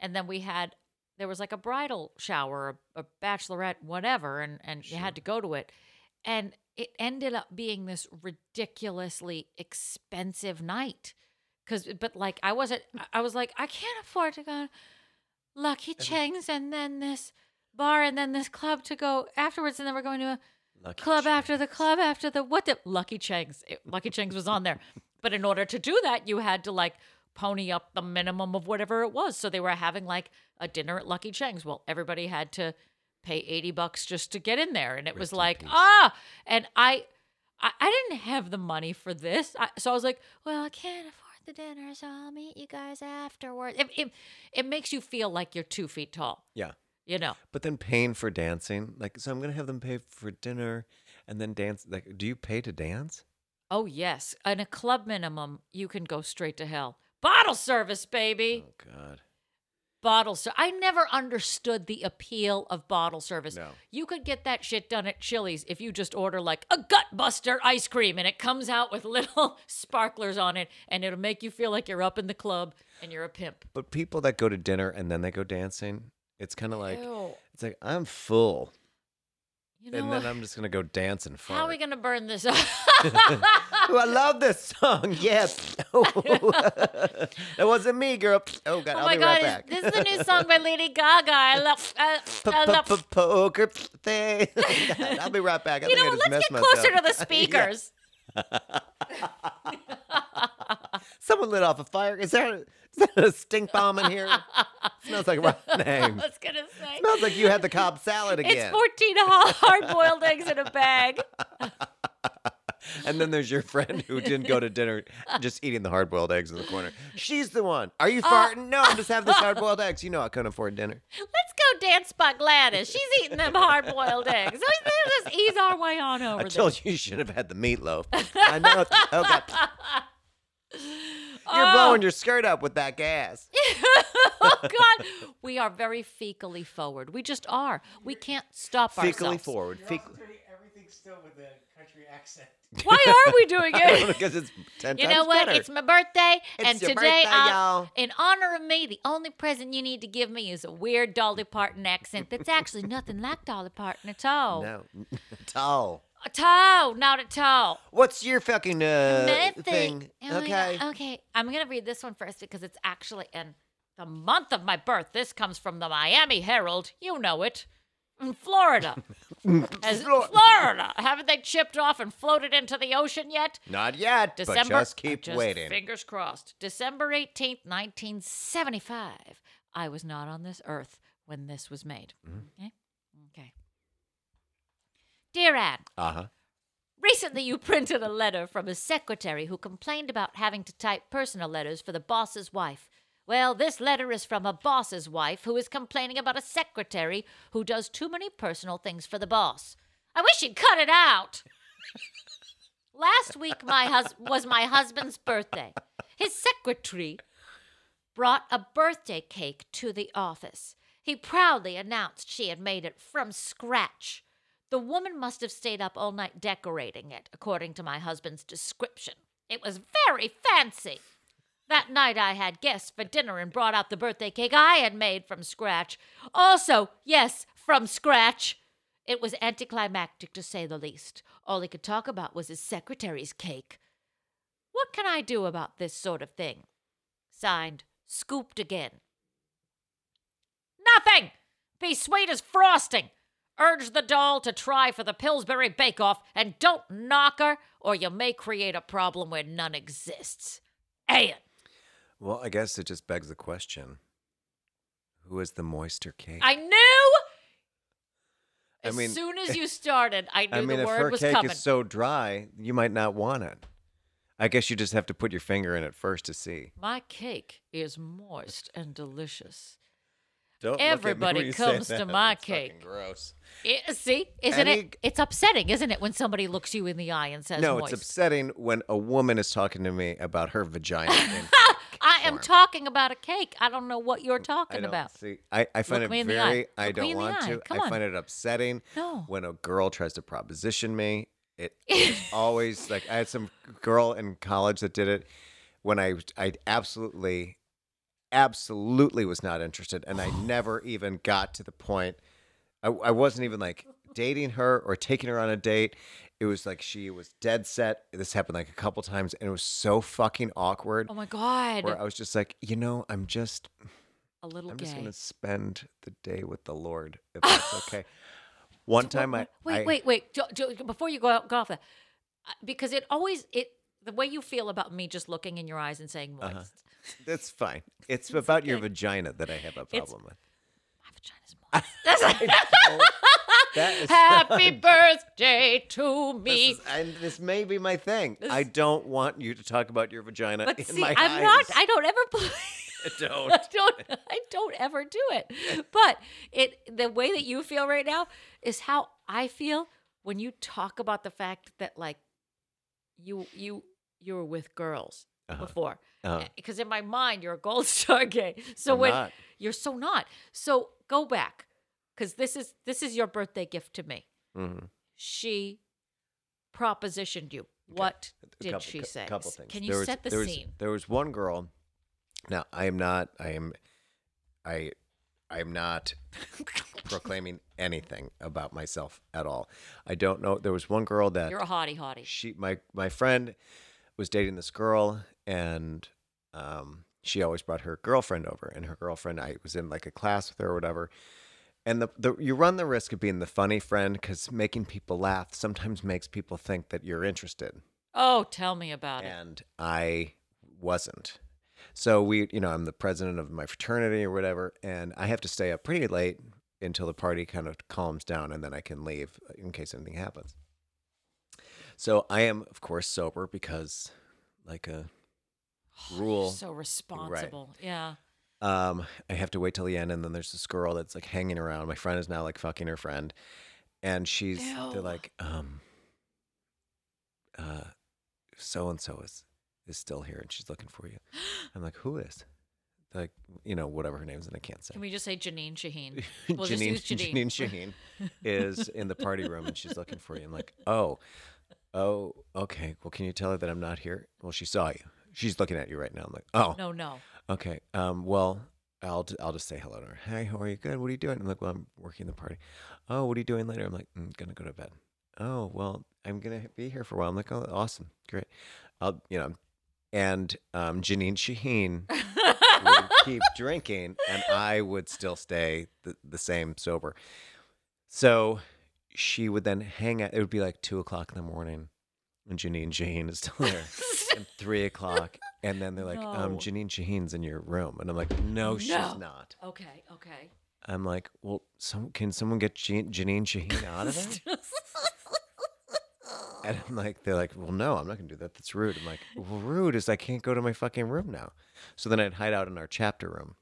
S6: and then we had there was like a bridal shower, a, a bachelorette, whatever, and and you had to go to it, and it ended up being this ridiculously expensive night, cause but like I wasn't, I- I was like I can't afford to go. Lucky Chang's Hmm. and then this bar and then this club to go afterwards and then we're going to a
S7: Lucky
S6: club after the club after the what the Lucky Chang's It- Lucky Chang's was on there. But in order to do that, you had to like pony up the minimum of whatever it was. So they were having like a dinner at Lucky Chang's. Well, everybody had to pay 80 bucks just to get in there and it was like, "Ah!" And I I, I didn't have the money for this. I, so I was like, well, I can't afford the dinner, so I'll meet you guys afterwards. It, it, it makes you feel like you're two feet tall,
S7: Yeah.
S6: you know?
S7: But then paying for dancing, like, so I'm gonna have them pay for dinner and then dance. Like, do you pay to dance?
S6: Oh, yes. In a club minimum, you can go straight to hell. Bottle service, baby.
S7: Oh God.
S6: Bottle service. I never understood the appeal of bottle service.
S7: No.
S6: You could get that shit done at Chili's if you just order like a gut buster ice cream and it comes out with (laughs) little sparklers on it and it'll make you feel like you're up in the club and you're a pimp.
S7: But people that go to dinner and then they go dancing, it's kind of like
S6: Ew.
S7: it's like I'm full,
S6: You know
S7: and
S6: what?
S7: then I'm just gonna go dance and fart.
S6: How are we gonna burn
S7: (laughs)
S6: this up?
S7: Ooh, I love this song. (laughs) Yes.
S6: (laughs)
S7: that wasn't me, girl. Oh God,
S6: (laughs) oh
S7: I'll
S6: my
S7: be
S6: god,
S7: right
S6: is-
S7: back.
S6: this is the
S7: (laughs)
S6: new song by Lady Gaga. I love, I, I love.
S7: Poker thing. (laughs) Oh,
S6: (laughs)
S7: God, I'll be right back. I
S6: You
S7: think I
S6: know,
S7: just
S6: let's
S7: messed
S6: get closer to
S7: (laughs) myself.
S6: the speakers.
S7: Someone lit off a fire. Is there, is there a stink bomb
S6: (laughs)
S7: in here? smells like rotten eggs.
S6: I was gonna say
S7: smells like you had the Cobb salad
S6: it's
S7: again.
S6: fourteen (laughs) hard boiled eggs in a bag.
S7: and then there's your friend who didn't go to dinner, just eating the hard boiled eggs in the corner. She's the one. Are you
S6: Uh,
S7: farting? No, I'm just
S6: (laughs)
S7: having this hard boiled eggs. You know I couldn't afford dinner.
S6: Let's go dance by Gladys. She's eating them hard boiled eggs. Who's- Who's this ease our way on over.
S7: I told you you should have had
S6: (laughs)
S7: the meatloaf. I know. it's- Oh, God. You're blowing your skirt up with that gas.
S6: oh (laughs) God, we are very fecally forward. We just are. We can't stop
S7: Fecally
S6: ourselves.
S7: forward. Fecally.
S5: doing everything still with a country accent.
S6: Why are we doing
S7: (laughs)
S6: (laughs) it?
S7: Because it's 10
S6: You
S7: times
S6: know what?
S7: better.
S6: It's my birthday,
S7: It's
S6: and
S7: your
S6: today,
S7: birthday,
S6: I,
S7: y'all.
S6: in honor of me, the only present you need to give me is a weird Dolly Parton accent that's actually nothing like Dolly Parton at all.
S7: No. (laughs) At all.
S6: At all, not at all.
S7: What's your fucking uh,
S6: Nothing.
S7: thing?
S6: Oh my
S7: Okay.
S6: God. Okay. I'm gonna read this one first because it's actually in the month of my birth. This comes from the Miami Herald. You know it. In
S7: (laughs)
S6: Florida. As- Florida. Haven't they chipped off and floated into the ocean yet?
S7: Not yet, but
S6: December.
S7: just keep
S6: just
S7: waiting.
S6: Fingers crossed. December 18th, 1975. I was not on this earth when this was made.
S7: Mm-hmm.
S6: Okay. Okay. Dear Anne,
S7: uh-huh.
S6: Recently, you printed a letter from a secretary who complained about having to type personal letters for the boss's wife. Well, this letter is from a boss's wife who is complaining about a secretary who does too many personal things for the boss. I wish you'd cut it out. Last week my hus- was my husband's birthday. His secretary brought a birthday cake to the office. He proudly announced she had made it from scratch. The woman must have stayed up all night decorating it, according to my husband's description. It was very fancy. That night I had guests for dinner and brought out the birthday cake I had made from scratch. Also, yes, from scratch. It was anticlimactic to say the least. All he could talk about was his secretary's cake. What can I do about this sort of thing? Signed, Scooped Again. Nothing! Be sweet as frosting! Urge the doll to try for the Pillsbury Bake Off and don't knock her, or you may create a problem where none exists. Ann!
S7: Well, I guess it just begs the question. Who is the moister cake?
S6: I knew!
S7: I
S6: As
S7: mean- eh,
S6: soon
S7: (laughs)
S6: as you started, I knew
S7: I mean,
S6: the
S7: if
S6: word
S7: her
S6: was
S7: cake
S6: coming.
S7: is so dry, you might not want it. I guess you just have to put your finger in it first to see.
S6: My cake is moist and delicious.
S7: Don't
S6: Everybody comes
S7: (laughs)
S6: to my cake.
S7: gross.
S6: I- see, isn't
S7: Any-
S6: it? It's upsetting, isn't it, when somebody looks you in the eye and says,
S7: no,
S6: moist.
S7: it's upsetting when a woman is talking to me about her
S6: (laughs)
S7: vagina. and-
S6: I am
S7: form.
S6: talking about a cake. I don't know what you're
S7: Mm, I
S6: talking
S7: don't
S6: about.
S7: see. I, I find
S6: Look me
S7: it
S6: in the eye.
S7: very. I
S6: Look me
S7: don't
S6: in the
S7: want
S6: eye.
S7: to.
S6: Come
S7: I
S6: on.
S7: find it upsetting.
S6: No.
S7: When a girl tries to proposition me,
S6: (laughs)
S7: it it's always like I had some girl in college that did it when I I absolutely absolutely was not interested
S6: (sighs)
S7: and I never even got to the point I, I wasn't even like dating her or taking her on a date. It was like she was dead set. This happened like a couple times and it was so fucking awkward.
S6: Oh my god,
S7: where I was just like, you know, I'm just
S6: a little
S7: I'm
S6: gay.
S7: just gonna spend the day with the Lord
S6: (laughs)
S7: if that's okay. One time I
S6: wait,
S7: I-
S6: wait, wait. Jo- Jo- before you go, out, go off that, Uh, because it always it the way you feel about me just looking in your eyes and saying
S7: Uh-huh.
S6: moist.
S7: that's fine. It's about your vagina that I have a problem with.
S6: (laughs) My
S7: (laughs)
S6: vagina's moist. That's like,
S7: That is, (laughs)
S6: Happy birthday to me.
S7: this is- and this may be my thing. I don't want you to talk about your vagina
S6: but
S7: in
S6: see,
S7: my
S6: I'm
S7: eyes.
S6: not.
S7: (laughs)
S6: I don't ever. Play.
S7: don't.
S6: I
S7: (laughs)
S6: don't I don't ever do it. But it the way that you feel right now is how I feel when you talk about the fact that like you you you were with girls before.
S7: Uh-huh.
S6: Because in my mind you're a gold (laughs) star gay. So
S7: I'm
S6: when
S7: not.
S6: you're so not. So go back cuz this is this is your birthday gift to me.
S7: Mhm.
S6: She propositioned you. What
S7: A
S6: did
S7: couple-
S6: she
S7: cou-
S6: say?
S7: Couple things.
S6: Can you
S7: There was-
S6: set the
S7: there was-
S6: scene?
S7: there was one girl. Now I am not. I am. I. I
S6: (laughs)
S7: am not proclaiming anything about myself at all. I don't know. There was one girl that
S6: You're a hottie hottie.
S7: she my my friend was dating this girl and um she always brought her girlfriend over and her girlfriend I was in like a class with her or whatever and the, the you run the risk of being the funny friend cuz making people laugh sometimes makes people think that you're interested
S6: Oh, tell me about it.
S7: and I wasn't. So we, you know, I'm the president of my fraternity or whatever, and I have to stay up pretty late until the party kind of calms down, and then I can leave in case anything happens. So I am, of course, sober because, like a rule,
S6: So responsible. Yeah.
S7: um, I have to wait till the end, and then there's this girl that's like hanging around. My friend is now like fucking her friend, and she's
S6: Ew.
S7: they're like um uh so and so is is still here and she's
S6: (gasps)
S7: looking for you i'm like who is They're like you know whatever her name is and i can't say
S6: Can
S7: (laughs)
S6: we just say Janine Shaheen? We'll just
S7: Janine,
S6: use Janine.
S7: Janine Shaheen is in the party room and she's looking for you. I'm like, oh, oh, okay. Well, can you tell her that I'm not here? Well, she saw you. She's looking at you right now. I'm like, oh,
S6: No, no.
S7: okay. Um, well, I'll I'll just say hello to her. Hey, how are you? Good. What are you doing? I'm like, well, I'm working the party. Oh, what are you doing later? I'm like, I'm gonna go to bed. Oh, well, I'm gonna be here for a while. I'm like, oh, awesome, great. I'll, you know, and um, Janine Shaheen
S6: (laughs)
S7: would keep drinking and I would still stay the, the same sober. So she would then hang out. It would be like two o'clock in the morning and Janine Shaheen is still
S6: (laughs)
S7: there. and three o'clock. And then they're like, um,
S6: No.
S7: Janine Shaheen's in your room. And I'm like, no, she's
S6: No.
S7: not.
S6: Okay, okay.
S7: I'm like, well, some, can someone get Jean, Janine Shaheen out of it? And I'm like, they're like, well, no, I'm not gonna do that. That's rude. I'm like, well, rude is I can't go to my fucking room now. So then I'd hide out in our chapter room.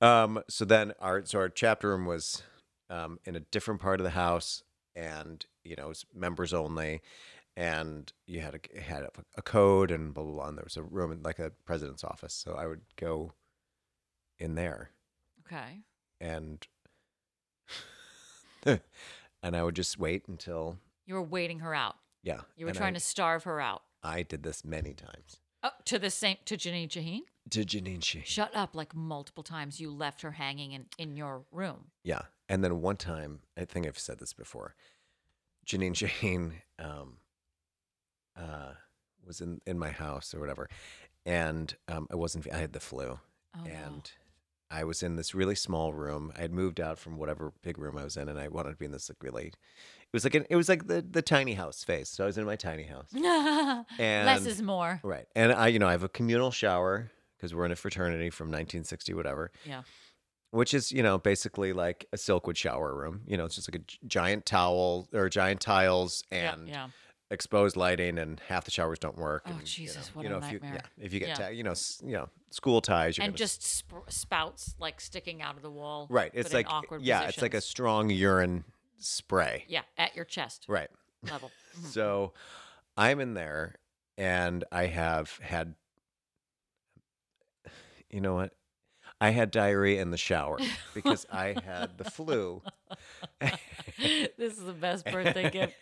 S7: Um, so then our so our chapter room was um, in a different part of the house, and you know, it was members only, and you had a it had a, a code and blah blah blah. And there was a room in, like a president's office, so I would go in there
S6: Okay.
S7: and (laughs) and I would just wait until
S6: You were waiting her out.
S7: yeah.
S6: You were
S7: and
S6: trying
S7: I,
S6: to starve her out.
S7: I did this many times.
S6: Oh, to the same to Janine Shaheen.
S7: to Janine Shaheen.
S6: Shut up! Like multiple times, you left her hanging in in your room. (laughs)
S7: Yeah. And then one time, I think I've said this before, Janine Shaheen um, uh, was in, in my house or whatever. And um, I wasn't, I had the flu.
S6: Oh, no.
S7: and I was in this really small room. I had moved out from whatever big room I was in, and I wanted to be in this like really, it was like, an, it was like the, the tiny house phase. So I was in my tiny house.
S6: less
S7: And-
S6: is more.
S7: Right. And I, you know, I have a communal shower because we're in a fraternity from 1960, whatever.
S6: Yeah.
S7: which is you know basically like a silkwood shower room you know it's just like a gi- giant towel or giant tiles
S6: Yeah,
S7: and
S6: yeah.
S7: exposed lighting and half the showers don't work
S6: Oh,
S7: and, you
S6: Jesus,
S7: know-
S6: what
S7: you
S6: a
S7: know, if you,
S6: nightmare.
S7: yeah, if you get
S6: Yeah.
S7: ta- you know s- you know school ties you're
S6: and
S7: gonna-
S6: just sp- spouts like sticking out of the wall.
S7: right it's
S6: but in
S7: like
S6: awkward.
S7: yeah it's like a
S6: positions.
S7: strong urine spray
S6: yeah at your
S7: (laughs)
S6: chest
S7: right
S6: level. (laughs) Mhm.
S7: so i'm in there and i have had you know what i had diarrhea in
S6: (laughs)
S7: the shower because i had the flu
S6: this is the best birthday gift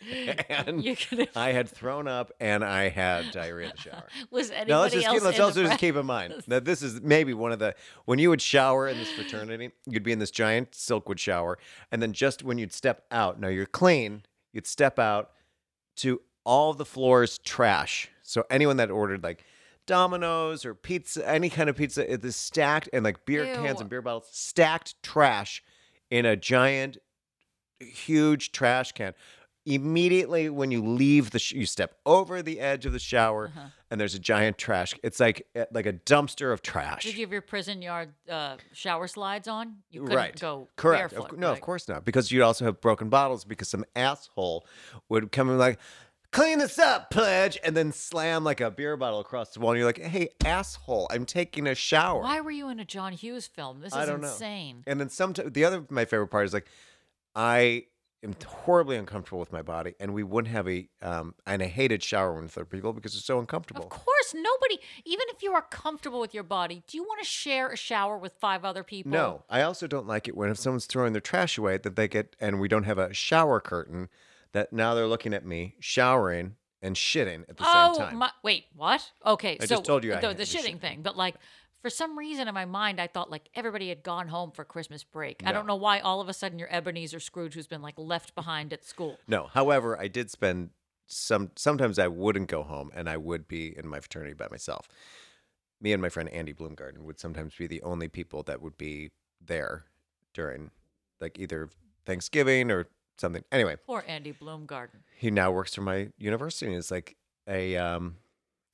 S7: (laughs) And
S6: you
S7: (laughs)
S6: could.
S7: I had thrown up and I had diarrhea in the shower.
S6: (laughs) Was anybody
S7: Now let's just
S6: else
S7: keep, let's
S6: in the
S7: also just
S6: frat-
S7: keep in mind that this is maybe one of the when you would shower in this fraternity, you'd be in this giant silkwood shower, and then just when you'd step out, now you're clean, you'd step out to all the floors trash. So anyone that ordered like Domino's or pizza, any kind of pizza, it is stacked and like beer cans
S6: Ew.
S7: and beer bottles, stacked trash in a giant, huge trash can. Immediately when you leave the, sh- you step over the edge of the shower,
S6: Uh-huh.
S7: and there's a giant trash. It's like eh, like a dumpster of trash.
S6: Did you have your prison yard uh, shower slides on? You couldn't
S7: right.
S6: go
S7: Correct. Of
S6: barefoot.
S7: cou- no, of
S6: right?
S7: course not. Because you'd also have broken bottles because some asshole would come and like, clean this up, pledge, and then slam like a beer bottle across the wall. And you're like, hey, asshole, I'm taking a shower.
S6: Why were you in a John Hughes film? This is
S7: I don't know.
S6: insane.
S7: And then sometimes the other my favorite part is like I am horribly uncomfortable with my body, and we wouldn't have a um and I hated showering with other people because it's so uncomfortable.
S6: Of course, nobody. Even if you are comfortable with your body, do you want to share a shower with five other people?
S7: No, I also don't like it when if someone's throwing their trash away that they get and we don't have a shower curtain that now they're looking at me showering and shitting at the
S6: oh
S7: same time.
S6: my! Wait, what? Okay,
S7: I
S6: so
S7: just told you I
S6: the,
S7: had
S6: the
S7: the shit.
S6: shitting thing, but like for some reason in my mind, I thought like everybody had gone home for Christmas break. I don't know why all of a sudden you're Ebenezer Scrooge who's been like left behind at school.
S7: No, however, I did spend some sometimes I wouldn't go home and I would be in my fraternity by myself. Me and my friend Andy Bloomgarden would sometimes be the only people that would be there during like either Thanksgiving or something. Anyway,
S6: Poor Andy Bloomgarden.
S7: he now works for my university and is like a um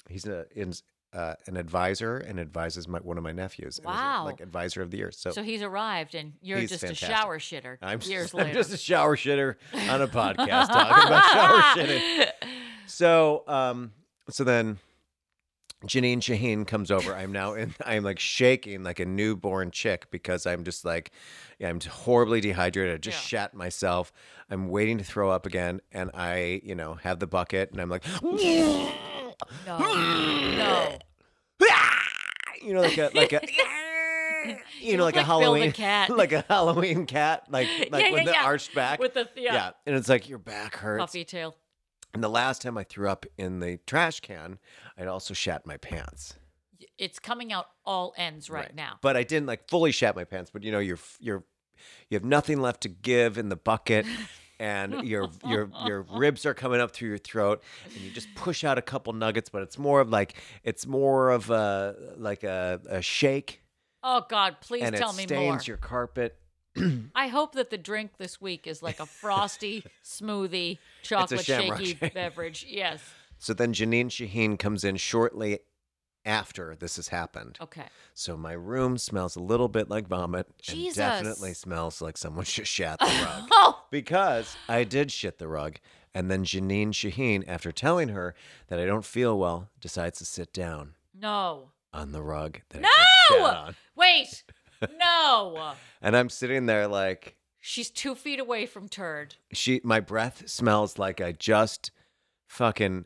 S7: he's a is, uh, an advisor and advises my one of my nephews. and is a,
S6: Wow.
S7: like advisor of the year. So,
S6: So he's arrived, and you're
S7: He's
S6: just
S7: fantastic.
S6: a shower shitter.
S7: I'm,
S6: years
S7: just, (laughs) I'm
S6: later.
S7: just a shower shitter on a
S6: (laughs)
S7: podcast (laughs) talking about shower shitting. So, um, so then Janine Shaheen comes over. I'm now in. (laughs) I'm like shaking like a newborn chick because I'm just like, yeah, I'm horribly dehydrated. I just shat myself. I'm waiting to throw up again, and I, you know, have the bucket, and
S6: (laughs)
S7: I'm like, (laughs)
S6: No. no.
S7: you know, like a like a. (laughs) You,
S6: You
S7: know,
S6: look
S7: like a
S6: like Bill the
S7: Halloween
S6: cat.
S7: (laughs) like a Halloween cat,
S6: (laughs)
S7: like like
S6: yeah,
S7: with the
S6: yeah.
S7: arched back,
S6: With the- yeah.
S7: and it's like your back hurts.
S6: Puffy tail.
S7: And the last time I threw up in the trash can, I'd also shat my pants.
S6: It's coming out all ends right, now.
S7: But I didn't like fully shat my pants. But you know, you're you're you have nothing left to give in the bucket,
S6: (laughs)
S7: and your your your ribs are coming up through your throat, and you just push out a couple nuggets. But it's more of like it's more of a like a, a shake,
S6: Oh God, please
S7: and
S6: tell
S7: it
S6: me
S7: stains
S6: more.
S7: your carpet.
S6: I hope that the drink this week is
S7: (laughs)
S6: like a frosty smoothie, chocolate
S7: shamrock
S6: shaky
S7: shake. (laughs)
S6: beverage. Yes.
S7: So then Janine Shaheen comes in shortly after this has happened. (laughs)
S6: Okay.
S7: So my room smells a little bit like vomit.
S6: Jesus.
S7: And definitely smells like someone (laughs) just shat the
S6: (laughs)
S7: rug.
S6: Oh,
S7: because I did shit the rug. And then Janine Shaheen, after telling her that I don't feel well, decides to sit down
S6: no.
S7: on the rug that I just shat
S6: No.
S7: on.
S6: Wait. No.
S7: And I'm sitting there like
S6: She's two feet away from turd.
S7: she my breath smells like I just fucking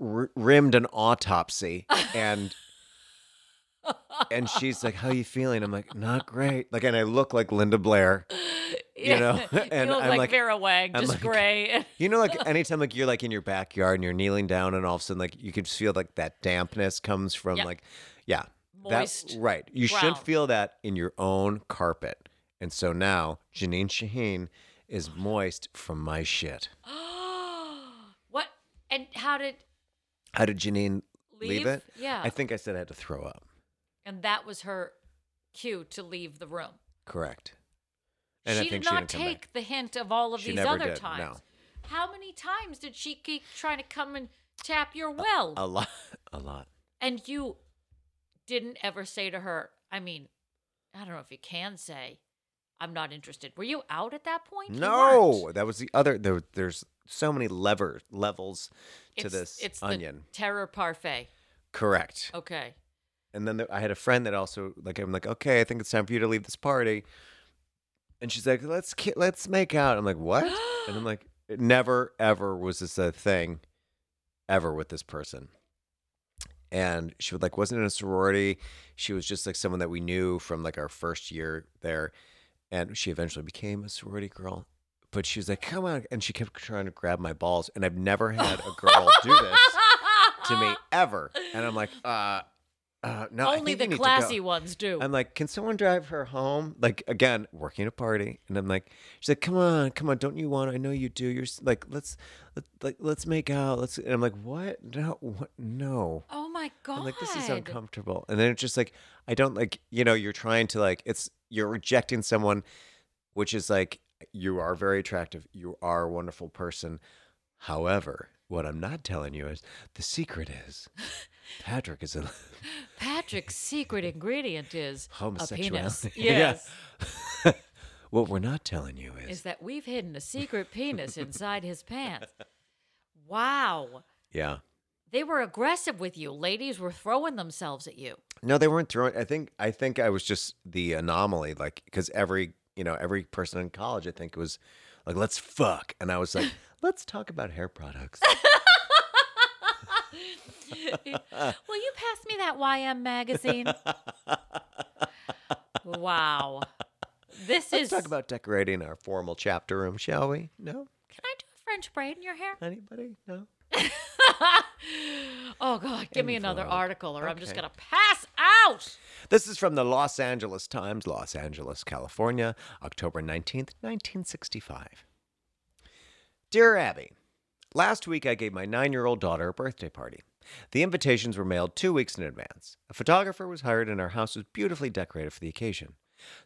S7: r- rimmed an autopsy
S6: (laughs)
S7: and and she's like how you feeling i'm like not great like and i look like linda blair You
S6: (laughs)
S7: know, and
S6: you look
S7: I'm
S6: like,
S7: like-
S6: Vera Wang,
S7: I'm
S6: just
S7: like-
S6: gray. (laughs)
S7: You know, like anytime like you're like in your backyard and you're kneeling down, and all of a sudden like you could just feel like that dampness comes from
S6: Yep.
S7: like, yeah,
S6: Moist
S7: That, right. You shouldn't
S6: ground.
S7: feel that in your own carpet. And so now Janine Shaheen is moist from my shit.
S6: (gasps) what? And how did?
S7: How did Janine leave,
S6: Leave?
S7: it?
S6: Yeah.
S7: I think I said I had to throw up.
S6: And that was her cue to leave the room.
S7: Correct. And
S6: she
S7: I think
S6: did
S7: she
S6: not
S7: didn't come back.
S6: take the hint of all of
S7: She
S6: these
S7: never
S6: other
S7: did,
S6: times.
S7: no.
S6: How many times did she keep trying to come and tap your well?
S7: a lot, (laughs) a lot.
S6: and you didn't ever say to her, I mean, I don't know if you can say, I'm not interested. Were you out at that point? You
S7: No,
S6: weren't.
S7: that was the other. There, there's so many lever levels to
S6: It's-
S7: this
S6: it's the
S7: onion.
S6: terror parfait.
S7: Correct.
S6: Okay.
S7: And then there, I had a friend that also like I'm like, okay, I think it's time for you to leave this party. And she's like, let's ki- let's make out. I'm like, what? and I'm like, it never ever was this a thing, ever with this person. And she would like wasn't in a sorority. She was just like someone that we knew from like our first year there. And she eventually became a sorority girl. But she was like, come on. And she kept trying to grab my balls. And I've never had a girl
S6: (laughs)
S7: do this
S6: (gasps)
S7: to me ever. And I'm like, uh, uh no, I
S6: Only
S7: think you
S6: the
S7: need to
S6: classy
S7: go.
S6: ones do.
S7: I'm like, can someone drive her home? Like again, working a party, and I'm like, she's like, come on, come on, don't you want? I know you do. You're s- like, let's, let, like, let's make out. Let's. And I'm like, what? No, what? No.
S6: oh my God.
S7: I'm like, this is uncomfortable. And then it's just like, I don't like, you know, you're trying to like, it's, you're rejecting someone, which is like, you are very attractive. You are a wonderful person. However, what I'm not telling you is the secret
S6: (laughs)
S7: is Patrick is a
S6: Patrick's secret ingredient is a penis.
S7: (laughs) homosexuality. Yeah.
S6: Yes.
S7: What we're not telling you is,
S6: Is that we've hidden a secret penis inside his pants. Wow.
S7: yeah.
S6: They were aggressive with you. Ladies were throwing themselves at you.
S7: No, they weren't throwing. I think, I think I was just the anomaly, like, because every, you know, every person in college, I think was like, let's fuck. And I
S6: (laughs)
S7: was like, let's talk about hair products.
S6: Will you pass me that YM magazine? wow. This is.
S7: Let's talk about decorating our formal chapter room, shall we? No?
S6: Can I do a French braid in your
S7: (laughs)
S6: hair?
S7: Anybody? No?
S6: oh, God. Give me another
S7: Involved.
S6: article or I'm just
S7: Okay.
S6: going to pass out.
S7: This is from the Los Angeles Times, Los Angeles, California, October 19th, 1965. Dear Abby, last week I gave my nine year old daughter a birthday party. The invitations were mailed two weeks in advance. A photographer was hired and our house was beautifully decorated for the occasion.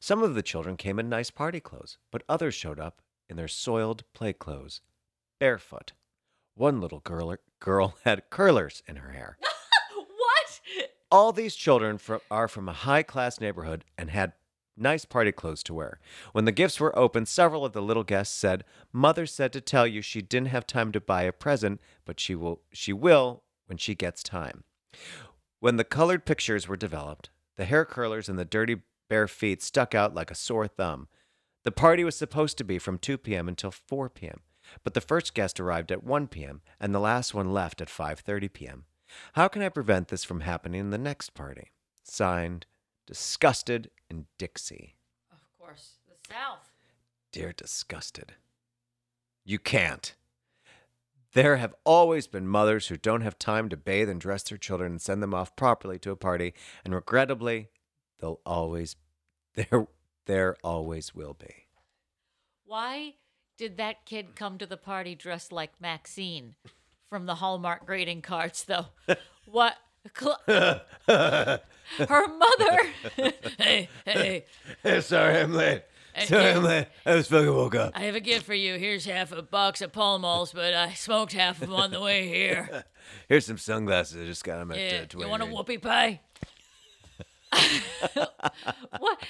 S7: Some of the children came in nice party clothes, but others showed up in their soiled play clothes, barefoot. One little girl, girl (laughs) had curlers in her hair.
S6: What?
S7: All these children fro- are from a high class neighborhood and had nice party clothes to wear. When the gifts were opened, several of the little guests said, "Mother said to tell you she didn't have time to buy a present, but she will she will when she gets time." When the colored pictures were developed, the hair curlers and the dirty bare feet stuck out like a sore thumb. The party was supposed to be from 2 p.m. until 4 p.m., but the first guest arrived at 1 p.m. and the last one left at 5:30 p.m. How can I prevent this from happening in the next party? Signed, disgusted in Dixie.
S6: Of course, the South.
S7: Dear disgusted. You can't. There have always been mothers who don't have time to bathe and dress their children and send them off properly to a party, and regrettably, they'll always there there always will be.
S6: Why did that kid come to the party dressed like Maxine from the Hallmark greeting cards, though? what? Cl- her mother. hey, hey,
S7: Sorry, I'm late.
S6: Sorry, I'm
S7: late. I was fucking woke up.
S6: I have a gift for you. Here's half a box of Pall Malls, but I smoked half of them on the way here.
S7: Here's some sunglasses. I just got them at uh,
S6: Yeah, you want a whoopie pie? what?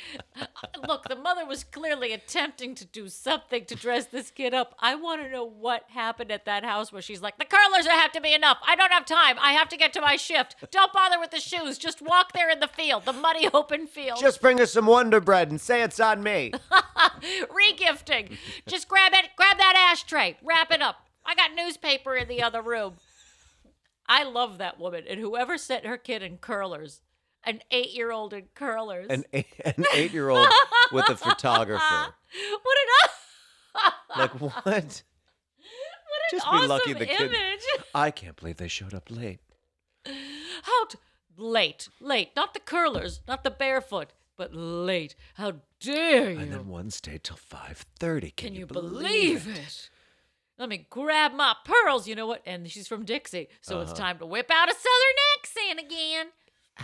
S6: Look, the mother was clearly attempting to do something to dress this kid up. I want to know what happened at that house where she's like, "The curlers have to be enough. I don't have time. I have to get to my shift. Don't bother with the shoes. Just walk there in the field, the muddy open field.
S7: Just bring us some Wonder Bread and say it's on me.
S6: regifting. Just grab it, grab that ashtray, wrap it up. I got newspaper in the other room. I love that woman, and whoever sent her kid in curlers, an eight-year-old in curlers,
S7: an eight, an eight year old with a photographer.
S6: what an
S7: Like what? Just
S6: what an
S7: be
S6: awesome
S7: lucky the kid.
S6: image.
S7: I can't believe they showed up late.
S6: How t- late, late, not the curlers, not the barefoot, but late. How dare you?
S7: And then one stayed till five thirty. Can,
S6: Can you believe it? Let me grab my pearls. You know what? And she's from Dixie, so
S7: Uh-huh.
S6: it's time to whip out a southern accent again.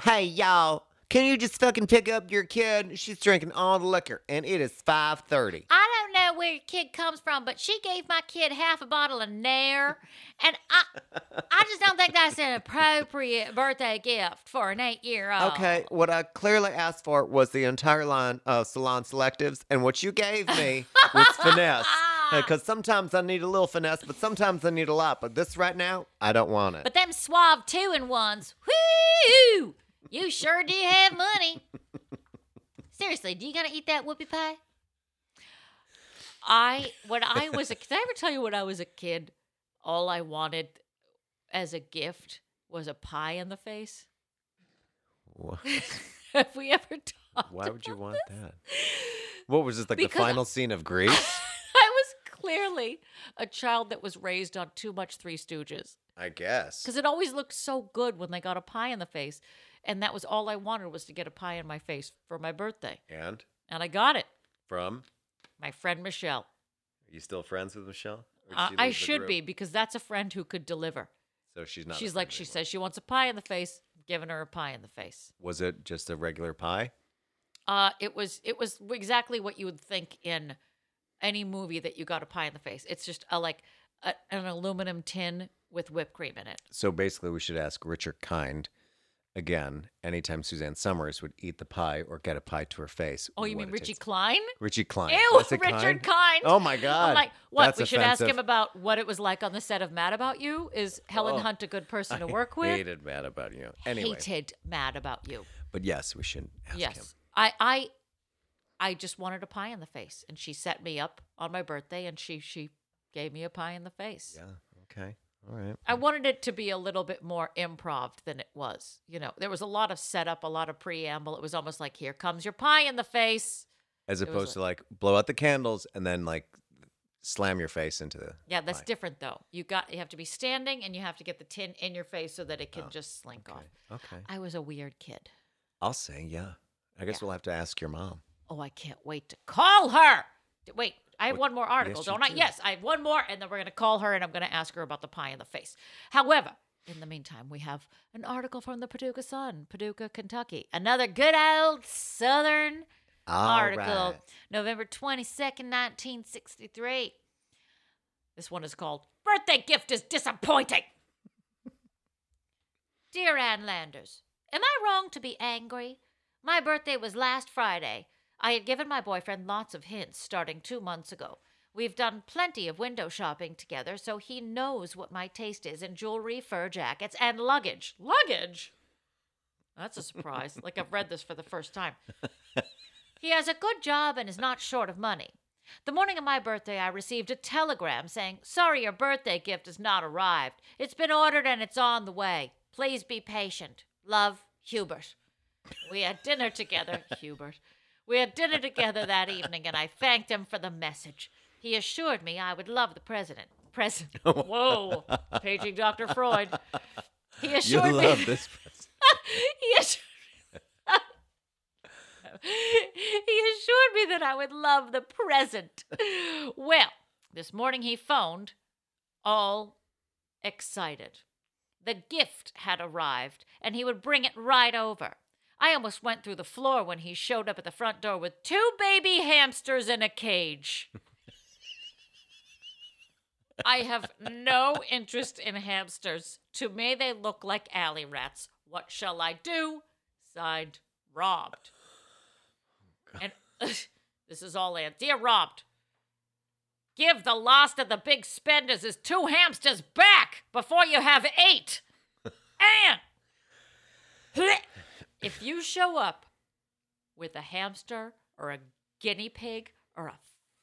S7: Hey y'all, can you just fucking pick up your kid? She's drinking all the liquor, and it is five thirty.
S6: I don't know where your kid comes from, but she gave my kid half a bottle of Nair, and I, I just don't think that's an appropriate birthday gift for an eight-year-old.
S7: Okay, what I clearly asked for was the entire line of salon selectives, and what you gave me
S6: (laughs)
S7: was finesse. Because sometimes I need a little finesse, but sometimes I need a lot. But this right now, I don't want it.
S6: But them suave two and ones, whoo! You sure do have money. Seriously, do you gonna eat that whoopie pie? I when I was a did I ever tell you when I was a kid, all I wanted as a gift was a pie in the face. (laughs)
S7: Wha-
S6: Have we ever talked?
S7: Why would you
S6: about
S7: want that? What was this like the
S6: Because
S7: final scene of Grease?
S6: I was clearly a child that was raised on too much Three Stooges
S7: (coughs) I guess.
S6: because it always looked so good when they got a pie in the face, and that was all I wanted was to get a pie in my face for my birthday,
S7: And
S6: and I got it.
S7: from?
S6: My friend Michelle.
S7: Are you still friends with Michelle? Or did
S6: Uh,
S7: she
S6: I
S7: leave the
S6: should
S7: group?
S6: be because that's a friend who could deliver.
S7: So she's not. a
S6: She's
S7: friend
S6: like she
S7: anymore.
S6: says she wants a pie in the face. I'm Giving her a pie in the face.
S7: Was it just a regular pie?
S6: Uh, it was it was exactly what you would think in any movie that you got a pie in the face. It's just a like a, an aluminum tin with whipped cream in it.
S7: So basically, we should ask Richard Kind again anytime Suzanne Summers would eat the pie or get a pie to her face.
S6: Oh, you
S7: what
S6: mean
S7: it
S6: Richie
S7: tastes-
S6: Klein?
S7: Richie Klein.
S6: Ew,
S7: Did I say
S6: Richard Kind.
S7: Oh my God.
S6: I'm like, what?
S7: That's
S6: we should
S7: offensive. Oh,
S6: ask him about what it was like on the set of Mad About You. Is Helen Hunt a good person to work
S7: I
S6: with?
S7: hated Mad About You. Anyway,
S6: Hated Mad About You.
S7: but yes, we should ask
S6: yes.
S7: him.
S6: I I I just wanted a pie in the face and she set me up on my birthday and she she gave me a pie in the face.
S7: Yeah. Okay. All right.
S6: I wanted it to be a little bit more improv than it was. You know, there was a lot of setup, a lot of preamble. It was almost like here comes your pie in the face.
S7: As
S6: It was
S7: opposed to like blow out the candles and then like slam your face into the.
S6: Yeah, that's
S7: pie.
S6: different though. You got you have to be standing and you have to get the tin in your face so that it can just slink off.
S7: Oh, Okay.
S6: I was a weird kid.
S7: I'll say yeah. I guess
S6: Yeah.
S7: we'll have to ask your mom.
S6: Oh, I can't wait to call her. D- Wait, I have one more article,
S7: yes, you
S6: don't I?
S7: do.
S6: Yes, I have one more, and then we're going to call her and I'm going to ask her about the pie in the face. However, in the meantime, we have an article from the Paducah Sun, Paducah, Kentucky. Another good old Southern
S7: All
S6: article, (laughs)
S7: right.
S6: November 22nd, 1963. This one is called Birthday Gift is Disappointing. (laughs) Dear Ann Landers, am I wrong to be angry? My birthday was last Friday. I had given my boyfriend lots of hints starting two months ago. We've done plenty of window shopping together, so he knows what my taste is in jewelry, fur jackets, and luggage. Luggage? That's a surprise. like I've read this for the first time. He has a good job and is not short of money. The morning of my birthday, I received a telegram saying, Sorry, your birthday gift has not arrived. It's been ordered and it's on the way. Please be patient. Love, Hubert. We had dinner
S7: (laughs)
S6: together, Hubert. We had dinner together that evening, and I thanked him for the message. He assured me I would love the president.
S7: (laughs)
S6: President. Whoa. Paging Dr. Freud. He
S7: You
S6: assured me.
S7: love this. person.
S6: he assured (laughs) he assured me that I would love the present. Well, this morning he phoned, all excited. The gift had arrived, and he would bring it right over. I almost went through the floor when he showed up at the front door with two baby hamsters in a cage. I have no interest in hamsters. To me, they look like alley rats. What shall I do? Signed, robbed. And (laughs) this is all Aunt Dear robbed. Give the last of the big spenders his two hamsters back before you have eight. Aunt! If you show up with a hamster or a guinea pig or a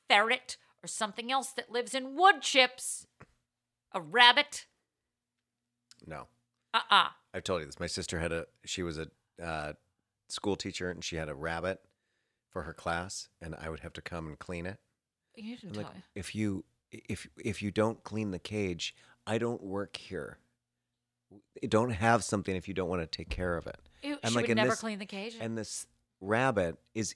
S6: ferret or something else that lives in wood chips, a rabbit,
S7: No,
S6: uh uh
S7: I've told you this. My sister had a. She was a uh, school teacher, and she had a rabbit for her class, and I would have to come and clean it.
S6: You didn't tell
S7: I'm like, if you if if you don't clean the cage, I don't work here. You Don't have something if you don't want to take care of it.
S6: Ew,
S7: I'm
S6: she
S7: like,
S6: would
S7: and
S6: never
S7: this-
S6: clean the cage.
S7: And this rabbit is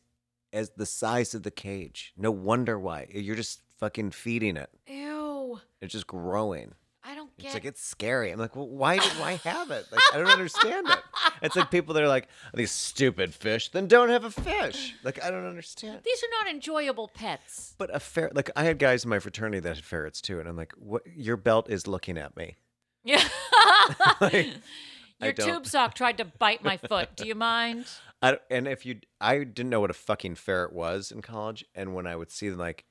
S7: as the size of the cage. No wonder why you're just fucking feeding it.
S6: Ew.
S7: It's just growing.
S6: I don't get
S7: It's like it's scary. I'm like, well, why do I have it? Like, I don't understand it. It's like people that are like these stupid fish, then don't have a fish. Like, I don't understand.
S6: These are not enjoyable (laughs) pets.
S7: But a ferret, like I had guys in my fraternity that had ferrets too, and I'm like, what? Your belt is looking at me. (laughs)
S6: Yeah.
S7: Like, I
S6: Your
S7: don't-
S6: tube sock tried to bite my foot. Do you mind?
S7: I, don't- and if you, I didn't know what a fucking ferret was in college, and when I would see them like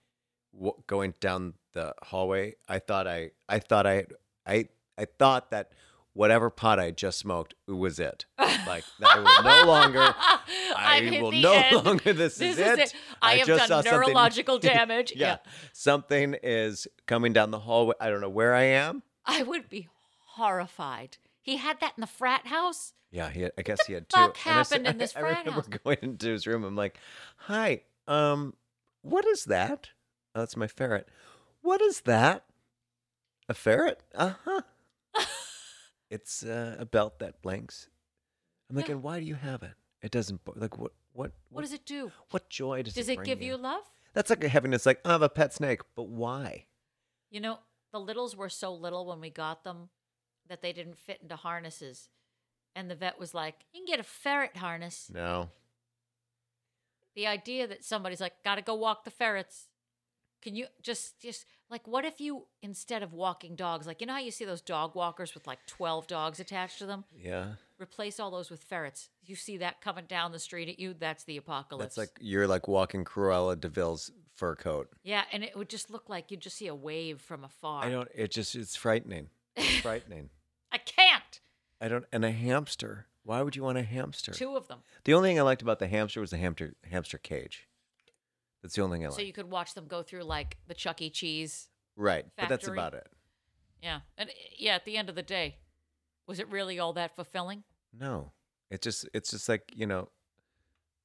S7: w- going down the hallway, I thought I, I thought I, I, I thought that whatever pot I just smoked was it. Like I will (laughs) no longer. I
S6: (laughs) I've hit
S7: will
S6: the
S7: no
S6: end.
S7: longer. This,
S6: This
S7: is, it.
S6: I have
S7: just
S6: done
S7: saw something-
S6: neurological damage.
S7: (laughs) yeah, something is coming down the hallway. I don't know where I am.
S6: I would be horrified. He had that in the frat house.
S7: Yeah, he had, I guess he had two.
S6: fuck
S7: And I s-
S6: happened in this
S7: (laughs) I,
S6: frat
S7: remember
S6: house?
S7: going into his room. I'm like, "Hi, um, what is that? Oh, that's my ferret. What is that? A ferret? Uh
S6: (laughs)
S7: huh. it's uh, a belt that blinks. I'm like,
S6: Yeah.
S7: and why do you have it? It doesn't bo- like what what
S6: What does it do?
S7: What joy does,
S6: Does
S7: it
S6: it
S7: bring
S6: give you love?
S7: That's like having it's like I have a pet snake, but why?
S6: You know, the littles were so little when we got them that they didn't fit into harnesses. And the vet was like, You can get a ferret harness.
S7: No,
S6: The idea that somebody's like, Gotta go walk the ferrets. Can you just, just like, what if you, instead of walking dogs, like, you know how you see those dog walkers with like 12 dogs attached to them?
S7: yeah.
S6: Replace all those with ferrets. You see that coming down the street at you, that's the apocalypse.
S7: That's like you're like walking Cruella Deville's fur coat.
S6: yeah, and it would just look like you'd just see a wave from afar.
S7: I don't. It just it's frightening.
S6: (laughs)
S7: It's frightening.
S6: I can't.
S7: I don't. And a hamster. Why would you want a hamster?
S6: Two of them.
S7: The only thing I liked about the hamster was the hamster hamster cage. That's the only thing I liked.
S6: So you could watch them go through like the Chuck E. Cheese
S7: right, but that's
S6: factory.
S7: about it.
S6: Yeah. And uh, yeah, at the end of the day, was it really all that fulfilling?
S7: No, it's just it's just like you know,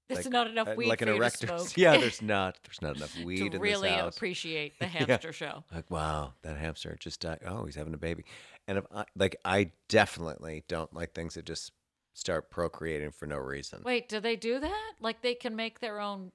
S6: There's
S7: like,
S6: not enough
S7: uh,
S6: weed
S7: like
S6: for
S7: an
S6: you to
S7: erector's.
S6: smoke
S7: (laughs)
S6: (laughs)
S7: Yeah, there's not. There's not enough weed
S6: to
S7: in
S6: really
S7: this house.
S6: appreciate
S7: (laughs)
S6: the hamster show.
S7: like wow, that hamster just died. Oh, he's having a baby, and if I, like I definitely don't like things that just start procreating for no reason.
S6: Wait, do they do that? Like they can make their own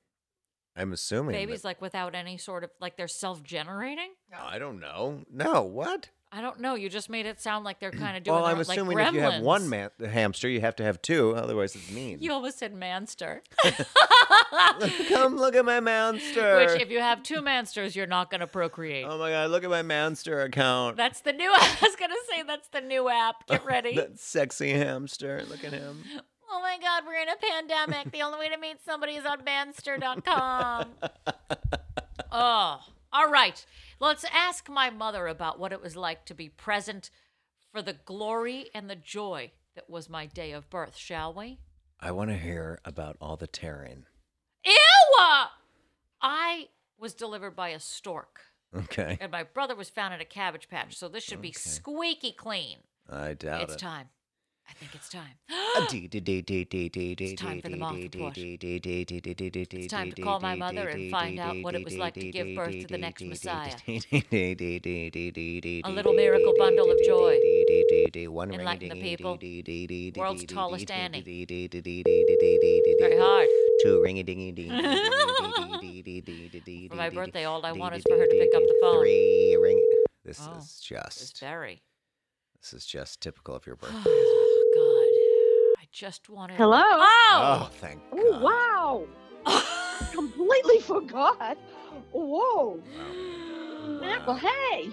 S7: I'm assuming that-
S6: babies, like without any sort of like they're self generating?
S7: I don't know. No, what?
S6: I don't know. You just made it sound like they're kind of doing.
S7: Mm. Well,
S6: their
S7: I'm
S6: own- like
S7: assuming if you have one
S6: gremlins.
S7: man- hamster, you have to have two, otherwise it's mean.
S6: You almost said manster.
S7: (laughs) Come look at my monster.
S6: Which, if you have two mansters, you're not going to procreate.
S7: oh my god, look at my monster account.
S6: that's the new. (laughs) I was going to say that's the new app. Get ready.
S7: That sexy hamster. Look
S6: (laughs)
S7: at him.
S6: Oh my God, we're in a pandemic. The only way to meet somebody is on banster.com. oh, All right. Let's ask my mother about what it was like to be present for the glory and the joy that was my day of birth, shall we?
S7: I want to hear about all the tearing.
S6: Ew! I was delivered by a stork,
S7: Okay.
S6: and my brother was found in a cabbage patch, so this should be squeaky clean.
S7: I doubt
S6: it's
S7: it.
S6: time. I think it's time. (gasps)
S7: It's
S6: time for the moth report. It's time to call my mother and find out what it was like to give birth to the next Messiah.
S7: A
S6: little miracle bundle of joy.
S7: One
S6: Enlighten the people.
S7: people.
S6: World's tallest Annie.
S7: Very
S6: Very hard.
S7: Two ring a dingy ding. For
S6: For my birthday, all I want is for her to pick up the phone.
S7: Three ring. This
S6: Oh,
S7: is
S6: It's
S7: just.
S6: very.
S7: This is just typical of your birthday. isn't it?
S6: Oh, God. I just wanted.
S8: Hello?
S7: Oh,
S6: Oh!
S7: thank
S8: Oh,
S7: God.
S8: wow.
S6: (laughs)
S8: Completely forgot. Whoa. Yeah,
S6: (sighs)
S8: Well,
S6: (laughs)
S8: hey.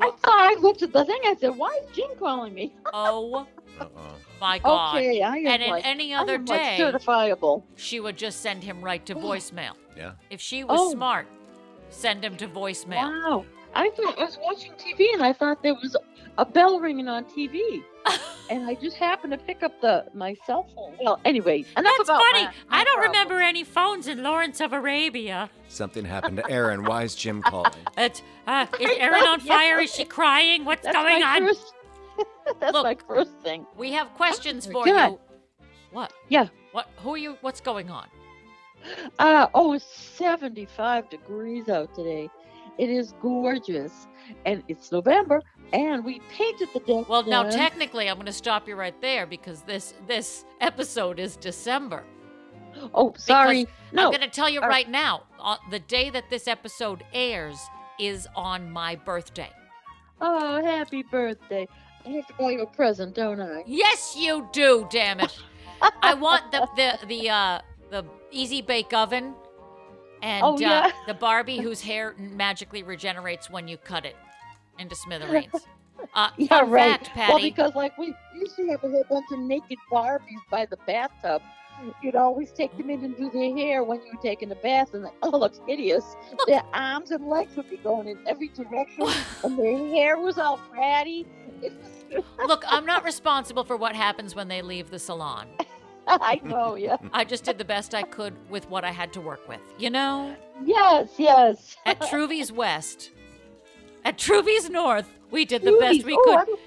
S8: I thought I looked at the thing. I said, why is Jim calling me?
S6: oh,
S7: Uh-uh.
S6: my God.
S8: Okay, I am
S6: And in
S8: like,
S6: any
S8: I
S6: other
S8: am, like,
S6: day,
S8: certifiable.
S6: she would just send him
S8: (gasps)
S6: right to voicemail.
S7: Yeah.
S6: If she was
S8: Oh.
S6: smart, send him to voicemail.
S8: Wow. I thought I was watching TV and I thought there was a bell ringing on
S6: (laughs)
S8: TV. and I just happened to pick up the my cell phone. Well, anyway, enough
S6: That's
S8: about
S6: funny.
S8: my- my
S6: I don't
S8: problem.
S6: remember any phones in Lawrence of Arabia.
S7: Something happened to Aaron. Why is Jim calling? (laughs)
S6: It's,
S8: (laughs)
S6: uh, is Erin on
S8: Yeah.
S6: fire? Is she crying? What's
S8: That's
S6: going
S8: my
S6: on?
S8: First, (laughs) that's my
S6: Look.
S8: first thing.
S6: We have questions
S8: my
S6: for
S8: God.
S6: you. What?
S8: Yeah.
S6: What? Who are you? What's going on?
S8: Uh, oh, it's 75 degrees out today. It is gorgeous. And it's November, and we painted the deck.
S6: Well, now
S8: then.
S6: technically, I'm going to stop you right there because this this episode is December.
S8: Oh, sorry. No.
S6: I'm going to tell you
S8: All right.
S6: right now. Uh, the day that this episode airs is on my birthday.
S8: Oh, happy birthday. I have to buy you a present, don't I?
S6: Yes, you do. Damn it! I want the the the uh, the easy bake oven and
S8: Oh,
S6: uh,
S8: yeah.
S6: the Barbie whose hair magically regenerates when you cut it into smithereens. Uh,
S8: (laughs) Yeah,
S6: fun
S8: right.
S6: fact, Patty.
S8: Well, because like we used to have a whole bunch of naked Barbies by the bathtub. You'd always take them in and do their hair when you were taking a bath, and like, oh, it looks
S6: (laughs)
S8: hideous. Their arms and legs would be going in every direction, and their hair was all ratty. It was-
S6: Look, I'm not responsible for what happens when they leave the salon.
S8: (laughs) I know,
S6: (laughs)
S8: yeah.
S6: I just did the best I could with what I had to work with. You know,
S8: Yes, yes. (laughs)
S6: at Truvies West, at Truvies North, we did the
S8: Movies.
S6: best we
S8: Oh,
S6: could.
S8: I don't-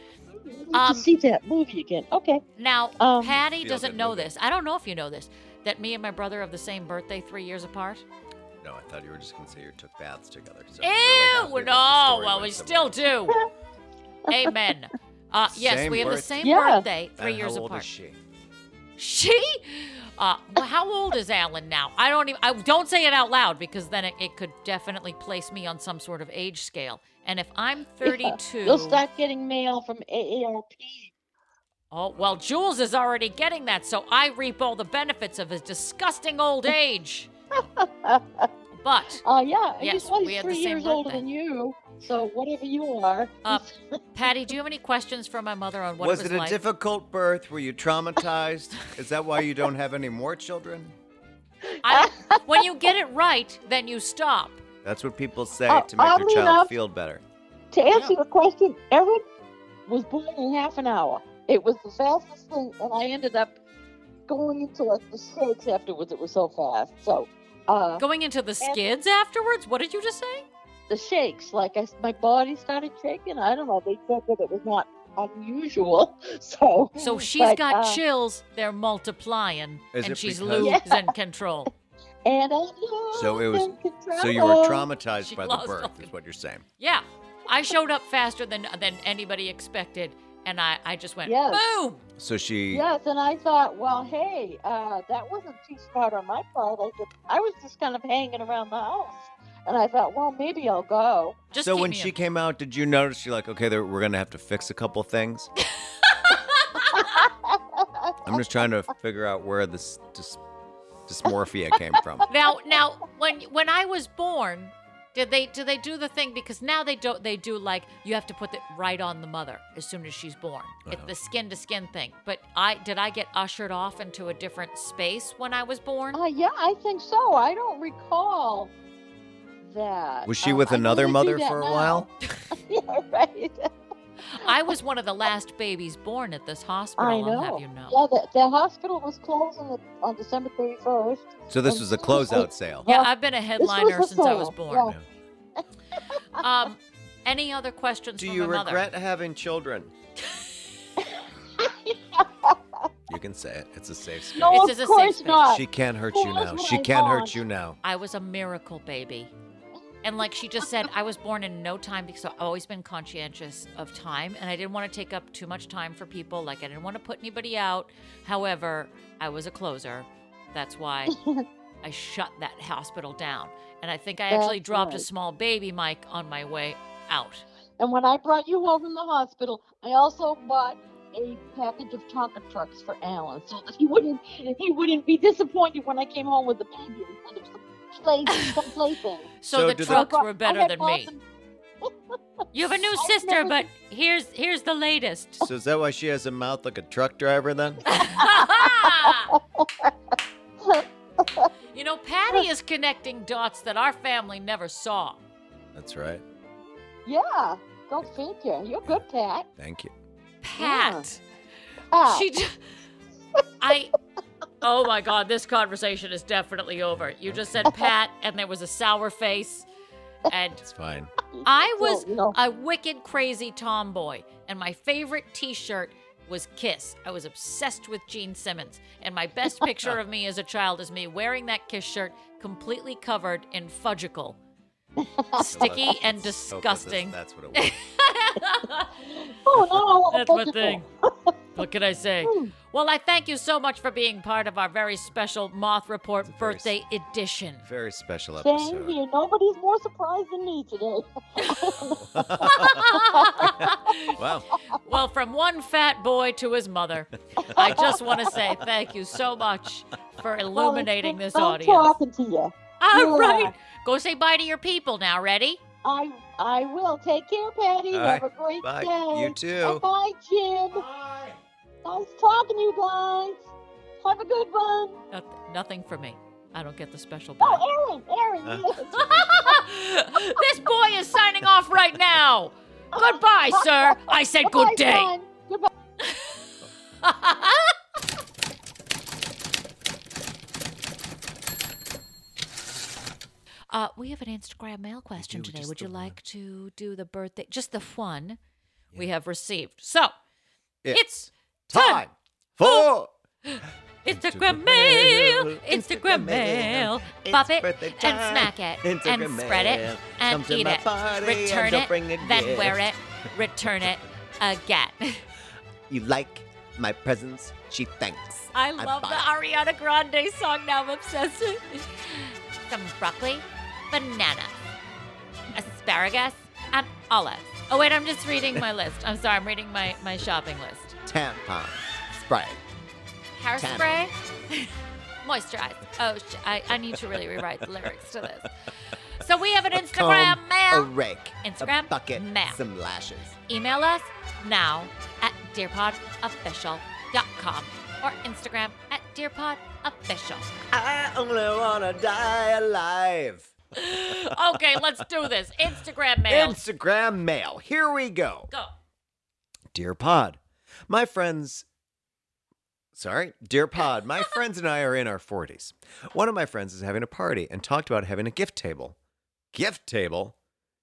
S8: I need
S6: Um,
S8: to see that movie again. Okay.
S6: Now,
S8: Um,
S6: Patty
S7: Feel
S6: doesn't
S7: good
S6: know
S7: movie.
S6: this. I don't know if you know this that me and my brother have the same birthday three years apart.
S7: No, I thought you were just going to say you took baths together. So
S6: Ew! no, well, we still do.
S7: (laughs)
S6: Amen. Uh, yes,
S7: Same
S6: we have the
S7: birthday.
S6: same
S8: Yeah.
S6: birthday three years
S7: Uh, how old
S6: apart.
S7: Is she?
S6: She? Uh, well, how old is Alan now? I don't even. I don't say it out loud because then it, it could definitely place me on some sort of age scale. And if I'm 32,
S8: You'll start getting mail from AARP.
S6: oh well, Jules is already getting that, so I reap all the benefits of his disgusting
S8: (laughs)
S6: old age. but
S8: Uh, yeah. and
S6: Yes,
S8: he's only
S6: we had the
S8: three
S6: same
S8: years older
S6: birthday.
S8: than you. So whatever you are, (laughs)
S6: Uh, Patty, do you have any questions for my mother on what
S7: was
S6: it
S7: it
S6: was
S7: a
S6: like?
S7: difficult birth? Were you traumatized? is that why you don't have any more children?
S6: I,
S8: (laughs)
S6: when you get it right, then you stop.
S7: That's what people say
S8: Uh,
S7: to make their
S8: oddly
S7: child
S8: enough-
S7: feel better.
S8: to answer your question, Eric was born in half an hour. It was the fastest thing, and I ended up going into like the shakes afterwards. It was so fast. So uh,
S6: Going into the skids afterwards. What did you just say?
S8: the shakes, like I, s- my body started shaking. I don't know. They said that it was not unusual. (laughs) So
S6: So she's
S8: but,
S6: got
S8: uh,
S6: chills. They're multiplying,
S7: Is
S6: and
S7: it
S6: she's
S7: because-
S6: losing
S8: (laughs)
S6: control.
S8: and I lost
S7: So it was-
S8: in Control.
S7: So you were traumatized
S6: She
S7: by the
S6: lost
S7: birth,
S6: all-
S7: is what you're saying.
S6: Yeah, I showed up faster than than anybody expected, and I I just went
S8: Yes.
S6: boom.
S7: So she.
S8: Yes, and I thought, well, hey, uh, that wasn't too smart on my part. I, just, I was just kind of hanging around the house, and I thought, well, maybe I'll go.
S6: Just
S7: so
S6: keep
S7: when
S6: me
S7: she
S6: in-
S7: came out, did you notice you're like, okay, there, we're gonna have to fix a couple
S8: (laughs)
S7: things? I'm just trying to figure out where this dys- dysmorphia came from.
S6: now now when when I was born, did they do they do the thing because now they don't they do like you have to put it right on the mother as soon as she's born. It's
S7: Uh-huh.
S6: the skin to skin thing. But I did I get ushered off into a
S8: (laughs)
S6: different space when I was born?
S8: Uh, yeah, I think so. I don't recall that.
S7: Was she
S8: Um,
S7: with
S8: I
S7: another
S8: really do
S7: mother
S8: that
S7: for a
S8: now.
S7: while?
S8: (laughs) yeah, right.
S6: I was one of the last babies born at this hospital.
S8: I
S6: I'll
S8: know.
S6: have you know.
S8: Yeah, the, the hospital was closed on, the, on December 31st.
S7: So this was a
S8: (laughs)
S7: closeout sale.
S6: Yeah,
S8: Well,
S6: I've been a headliner
S8: was a
S6: since I was
S8: sale,
S6: born.
S7: yeah.
S6: Um, any other questions
S7: Do
S6: for
S7: you
S6: my mother?
S7: regret having children? (laughs) you can say it. It's a safe space.
S8: No,
S6: This is a
S8: of
S6: safe
S8: course
S6: space.
S8: not.
S7: She can't hurt
S8: Who
S7: you
S8: knows
S7: now.
S8: what
S7: She
S8: I
S7: can't hurt
S8: want?
S7: you now.
S6: I was a miracle baby. And like she just said, I was born in no time because I've always been conscientious of time and I didn't want to take up too much time for people. Like I didn't want to put anybody out. However, I was a closer. That's
S8: (laughs)
S6: why I shut that hospital down. And I think I actually
S8: That's
S6: dropped a
S8: right.
S6: small baby mic on my way out.
S8: And when I brought you home from the hospital, I also bought a package of Tonka trucks for Alan, so that he wouldn't he wouldn't be disappointed when I came home with the baby instead of some play
S6: (laughs)
S8: some plaything.
S6: So,
S7: So
S6: the
S7: do the-
S6: trucks
S8: I
S6: were
S8: bought- I
S6: better
S8: had
S6: than
S8: bought
S6: me.
S8: them-
S6: You have
S8: (laughs)
S6: a new
S8: I've
S6: sister,
S8: never-
S6: but here's here's the latest.
S7: So is that why she has a mouth like a truck driver then?
S6: you know, Patty is connecting dots that our family never saw.
S7: That's right.
S8: Yeah, go figure. You're good, Pat.
S7: Thank you.
S6: Pat,
S8: Ah,
S6: she, j- I, oh my God, this conversation is definitely over. You just said Pat, and there was a sour face, and
S7: It's fine.
S6: I
S8: well,
S6: was
S8: you know,
S6: a wicked crazy tomboy, and my favorite T-shirt was Kiss. I was obsessed with Gene Simmons, and my
S7: (laughs)
S6: best picture of me as a child is me wearing that Kiss shirt, completely covered in
S7: (laughs)
S6: fudgicle, sticky and
S7: Let's hope that
S6: disgusting.
S7: That's that's
S6: (laughs)
S7: what it was.
S8: oh no, I want a
S6: That's my
S8: fudgicle.
S6: thing. (laughs) What can I say?
S7: Hmm.
S6: Well, I thank you so much for being part of our very special Moth Report
S7: a very s-
S6: birthday
S7: (laughs)
S6: edition. (laughs)
S7: Very special
S8: Same
S7: episode.
S8: here. Nobody's more surprised than me today.
S7: Wow.
S6: Well, from one fat boy to his mother, I just want to say thank you so much for
S8: Well, it's
S6: (laughs) illuminating
S8: been
S6: this
S8: fun
S6: audience.
S8: talking to you.
S6: All
S8: Yeah.
S6: right. Go say bye to your people now. Ready?
S8: I I will. Take care, Patty.
S7: All
S8: Have
S7: right.
S8: a great
S7: Bye.
S8: day.
S7: You too.
S8: And bye, Jim.
S5: Bye.
S8: Nice talking to you guys. Have a good one.
S6: Noth- Uh, Nothing for me. I don't get the special bye. (laughs)
S8: Oh, Aaron, Aaron.
S7: Huh?
S8: yes.
S6: this boy is signing off right now. Goodbye, sir. I said
S8: Bye,
S6: good day.
S8: son. Goodbye.
S6: (laughs) Uh, we have an Instagram mail question
S7: do,
S6: today.
S7: just
S6: Would
S7: the
S6: you
S7: one.
S6: like to do the birthday? Just the one we have received. So it's
S7: time for
S6: Instagram mail, Instagram mail. Pop it
S7: birthday
S6: and
S7: time.
S6: smack it and
S7: Instagram
S6: spread
S7: mail.
S6: it
S7: Come
S6: and
S7: to
S6: eat
S7: my
S6: it.
S7: party and
S6: Return
S7: don't
S6: it,
S7: bring a
S6: then
S7: gift.
S6: wear it, return it again.
S7: (laughs) You like my presents? She thanks.
S6: I love the Ariana Grande song now. I'm obsessed with. Some broccoli, banana, asparagus, and olives. Oh wait, I'm just reading (laughs) my list. I'm sorry, I'm reading my, my shopping list.
S7: tampon spray.
S6: Hairspray, (laughs) moisturize. Oh, sh- I, I need to really rewrite the lyrics to this. So we have an Instagram
S7: comb,
S6: mail.
S7: A rake.
S6: Instagram
S7: A bucket.
S6: mail.
S7: Some lashes.
S6: Email us now at dearpodofficial.com or Instagram at dearpodofficial.
S7: I only wanna die alive.
S6: Okay, let's do this. Instagram mail.
S7: Instagram mail. Here we go.
S6: Go.
S7: Dear Pod, my friends. Sorry, dear
S6: (laughs)
S7: Pod, my friends and I are in our 40s. One of my friends is having a party and talked about having a gift table. Gift table?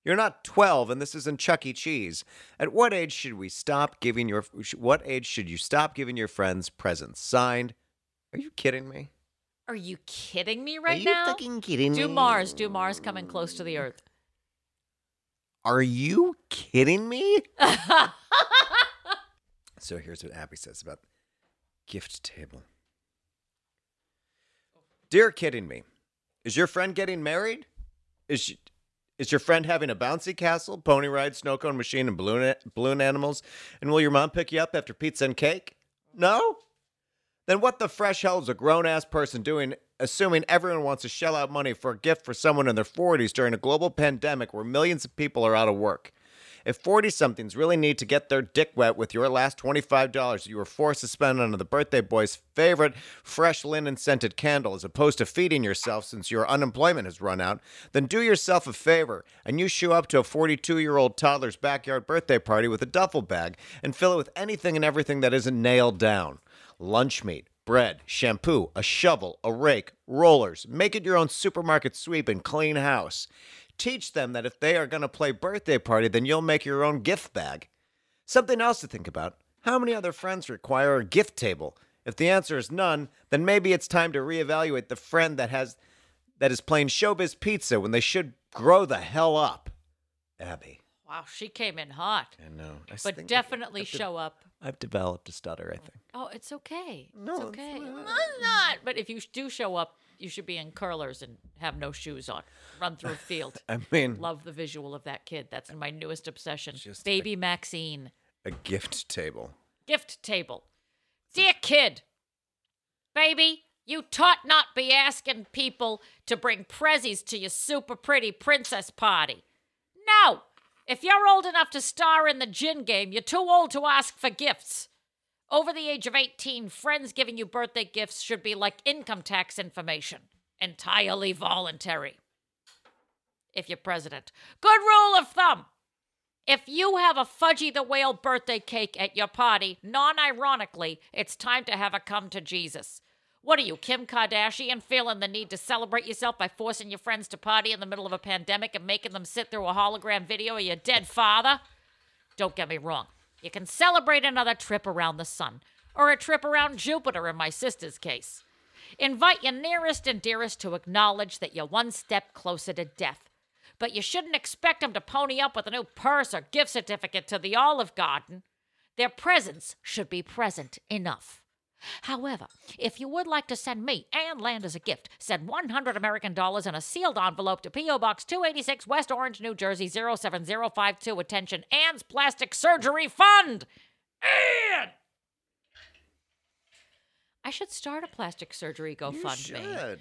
S7: You're not 12 and this isn't Chuck E. Cheese. At what age should we stop giving your what age should you stop giving your friends presents? Signed. Are you kidding me?
S6: Are you kidding me right
S7: are you
S6: now?
S7: fucking kidding
S6: do
S7: me?
S6: Mars, do Mars coming close to the Earth?
S7: Are you kidding me? so here's what Abby says about gift table. Dear kidding me, is your friend getting married? Is she, is your friend having a bouncy castle, pony ride, snow cone machine, and balloon balloon animals? And will your mom pick you up after pizza and cake? No. Then what the fresh hell is a grown ass person doing, assuming everyone wants to shell out money for a gift for someone in their 40s during a global pandemic where millions of people are out of work? If 40 somethings really need to get their dick wet with your last $25 you were forced to spend on the birthday boy's favorite fresh linen scented candle as opposed to feeding yourself since your unemployment has run out, then do yourself a favor and you show up to a 42 year old toddler's backyard birthday party with a duffel bag and fill it with anything and everything that isn't nailed down lunch meat, bread, shampoo, a shovel, a rake, rollers. Make it your own supermarket sweep and clean house. Teach them that if they are going to play birthday party, then you'll make your own gift bag. Something else to think about. How many other friends require a gift table? If the answer is none, then maybe it's time to reevaluate the friend that has that is playing showbiz pizza when they should grow the hell up. Abby,
S6: Wow, she came in hot.
S7: I know. I think
S6: But
S7: I've-
S6: definitely
S7: I've de-
S6: show up.
S7: I've developed a stutter, I think.
S6: Oh, it's okay.
S7: No,
S6: it's
S7: it's
S6: okay.
S7: not.
S6: No, it's not. But if you sh- do show up, you should be in curlers and have no shoes on. Run through a
S7: (laughs)
S6: field.
S7: I
S6: (laughs)
S7: mean,
S6: Love the visual of that kid. That's my newest obsession.
S7: Just a-
S6: Baby Maxine.
S7: a gift table.
S6: Gift table. Dear kid, baby, you taught not be asking people to bring prezzies to your super pretty princess party. No! If you're old enough to star in the gin game, you're too old to ask for gifts. Over the age of 18, friends giving you birthday gifts should be like income tax information entirely voluntary. If you're president. Good rule of thumb. If you have a Fudgy the Whale birthday cake at your party, non ironically, it's time to have a come to Jesus. What are you, Kim Kardashian, feeling the need to celebrate yourself by forcing your friends to party in the middle of a pandemic and making them sit through a hologram video of your dead father? Don't get me wrong. You can celebrate another trip around the sun, or a trip around Jupiter in my sister's case. Invite your nearest and dearest to acknowledge that you're one step closer to death. But you shouldn't expect them to pony up with a new purse or gift certificate to the Olive Garden. Their presence should be present enough. However, if you would like to send me and Land as a gift, send 100 American dollars in a sealed envelope to P.O. Box 286 West Orange, New Jersey 07052. Attention, Ann's Plastic Surgery Fund! Ann! I should start a plastic surgery GoFundMe.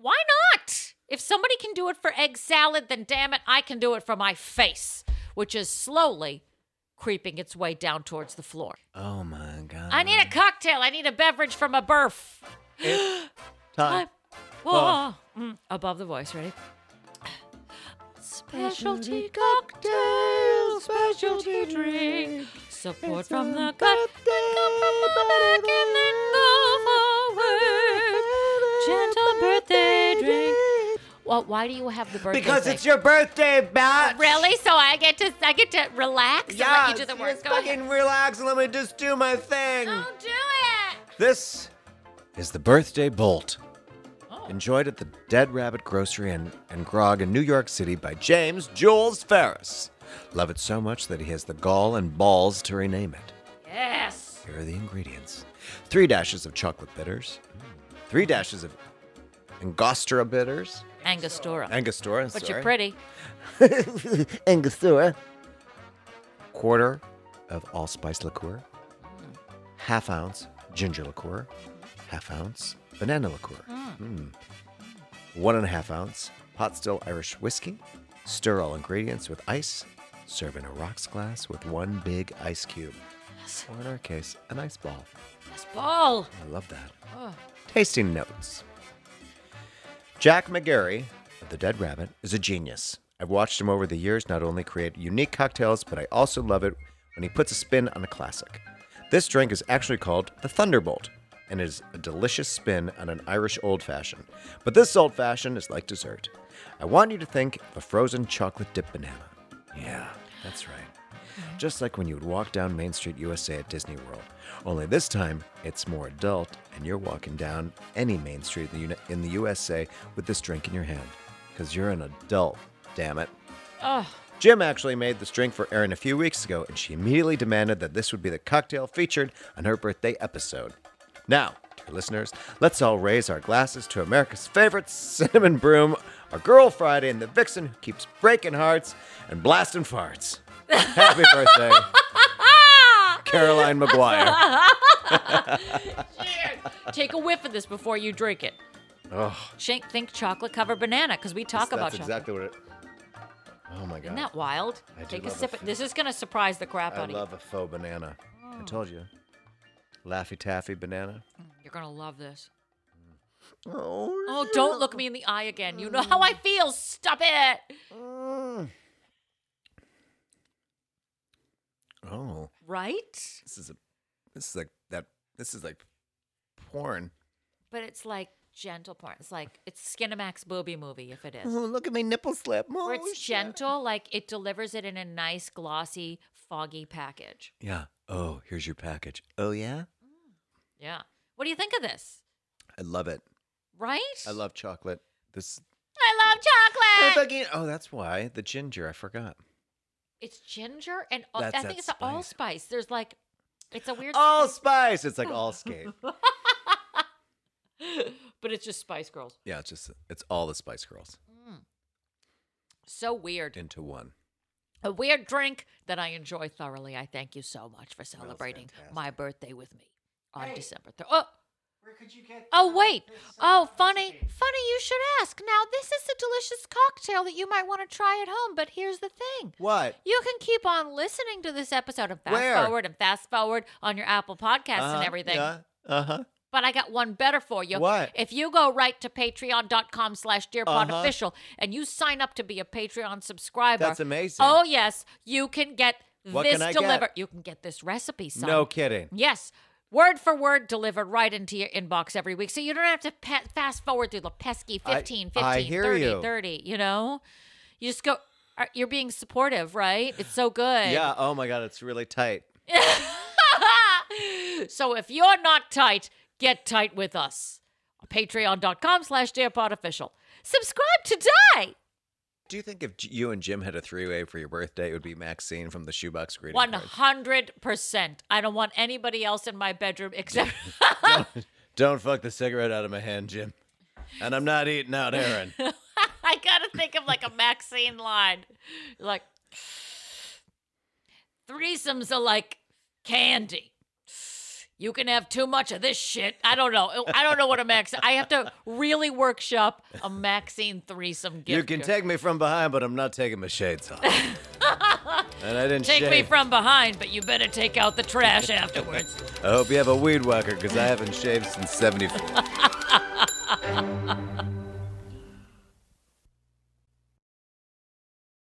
S6: Why not? If somebody can do it for egg salad, then damn it, I can do it for my face, which is slowly creeping its way down towards the floor.
S7: Oh my god.
S6: I need a cocktail. I need a beverage from a berth.
S7: time.
S6: Whoa. Mm, above the voice, ready? Specialty cocktail, specialty drink. Support from the gut. then come from the back and then go forward. Gentle birthday drink. Well, why do you have the birthday?
S7: Because
S6: thing?
S7: it's your birthday, Bat.
S6: really so I get to I get to relax and let
S7: Yeah.
S6: you do the work. Go ahead.
S7: fucking relax and let me just do my thing.
S6: Don't do it.
S7: This is the birthday bolt.
S6: Oh.
S7: Enjoyed at the Dead Rabbit Grocery and, and Grog in New York City by James Jules Ferris. Love it so much that he has the gall and balls to rename it.
S6: Yes.
S7: Here are the ingredients three dashes of chocolate bitters, three dashes of Angostura bitters,
S6: Angostura.
S7: Angostura,
S6: but
S7: sorry.
S6: you're pretty.
S7: Angostura. Quarter of allspice liqueur, half ounce ginger liqueur, half ounce banana liqueur, Mm. one and a half ounce pot still Irish whiskey. Stir all ingredients with ice. Serve in a rocks glass with one big ice cube, or in our case, an ice ball.
S6: Yes, ball.
S7: I love that. Tasting notes. Jack McGarry of the Dead Rabbit is a genius. I've watched him over the years not only create unique cocktails, but I also love it when he puts a spin on a classic. This drink is actually called the Thunderbolt and is a delicious spin on an Irish old fashioned. But this old fashioned is like dessert. I want you to think of a frozen chocolate dipped banana. Yeah, that's right. Just like when you would walk down Main Street USA at Disney World. Only this time, it's more adult, and you're walking down any Main Street in the, Uni- in the USA with this drink in your hand. Because you're an adult, damn it. Jim actually made this drink for Erin a few weeks ago, and she immediately demanded that this would be the cocktail featured on her birthday episode. Now, dear listeners, let's all raise our glasses to America's favorite cinnamon broom, our girl Friday, and the vixen who keeps breaking hearts and blasting farts. Happy
S6: (laughs)
S7: birthday, Caroline McGuire.
S6: Take a whiff of this before you drink it. Sh- think chocolate covered banana because we talk about
S7: That's
S6: chocolate.
S7: exactly what it. Oh my
S6: Isn't
S7: god.
S6: that wild?
S7: I do
S6: Take a
S7: love a
S6: sip.
S7: f-
S6: this is going to surprise the crap
S7: I
S6: out of you.
S7: love a faux banana.
S6: Oh.
S7: I told you. Laffy Taffy banana.
S6: You're going to love this.
S7: (laughs) Oh.
S6: Oh, don't look me in the eye again. You know
S7: (laughs)
S6: how I feel. Stop it.
S7: Oh.
S6: Right?
S7: This is a this is like that this is like porn.
S6: But it's like gentle porn. It's like it's Skinamax booby movie if it
S7: Oh,
S6: is.
S7: look at my nipple slip. Oh,
S6: Where it's
S7: shit.
S6: gentle, like it delivers it in a nice, glossy, foggy package.
S7: Yeah. Oh, here's your package. Oh yeah?
S6: Yeah. What do you think of this?
S7: I love it.
S6: Right?
S7: I love chocolate. This
S6: I love chocolate.
S7: Oh, that's why. The ginger, I forgot.
S6: It's ginger and al-
S7: That's
S6: I think
S7: that
S6: it's an
S7: spice.
S6: allspice. There's like it's a weird
S7: All spice.
S6: (laughs)
S7: It's like all skate.
S6: (laughs) but it's just Spice Girls.
S7: Yeah, it's just it's all the Spice Girls
S6: So weird.
S7: into one.
S6: a weird drink that I enjoy thoroughly. I thank you so much for celebrating my birthday with me on
S5: Hey.
S6: December 3rd. Oh,
S5: Where could you get?
S6: oh, wait.
S5: this, uh,
S6: Oh, funny.
S5: recipe?
S6: Funny you should ask. Now, this is a delicious cocktail that you might want to try at home, but here's the thing.
S7: What?
S6: You can keep on listening to this episode and fast
S7: Where? Uh-huh.
S6: forward and fast forward on your Apple Podcasts and everything.
S7: Uh huh.
S6: But I got one better for you.
S7: What?
S6: If you go right to patreon.com slash
S7: Uh-huh.
S6: dearpodofficial and you sign up to be a Patreon subscriber.
S7: That's amazing.
S6: Oh, yes. You can get
S7: What
S6: this
S7: can I get?
S6: delivered. You can get this recipe, son.
S7: no kidding.
S6: Yes. Word for word delivered right into your inbox every week. So you don't have to pa- fast forward through the pesky 15, 15,
S7: I hear
S6: 30,
S7: you.
S6: 30, you know? You just go, are- you're being supportive, right? It's so good.
S7: Yeah. Oh my God, it's really tight.
S6: (laughs) so if you're not tight, get tight with us. Patreon.com slash dearpodofficial. Subscribe today.
S7: Do you think if J- you and Jim had a three-way for your birthday, it would be Maxine from the Shoebox greeting
S6: One
S7: cards?
S6: hundred percent. I don't want anybody else in my bedroom except. (laughs)
S7: Don't fuck the cigarette out of my hand, Jim. And I'm not eating
S6: (laughs)
S7: out, Aaron.
S6: I gotta think of like a Maxine line, like threesomes are like candy. You can have too much of this shit. I don't know. I don't know what a Max. I have to really workshop a Maxine threesome gift.
S7: you can
S6: here.
S7: take me from behind, but I'm not taking my
S6: (laughs)
S7: shades off. and I didn't
S6: Take me
S7: shave.
S6: from behind, but you better take out the trash afterwards.
S7: I hope you have a weed whacker, because I haven't shaved since '74.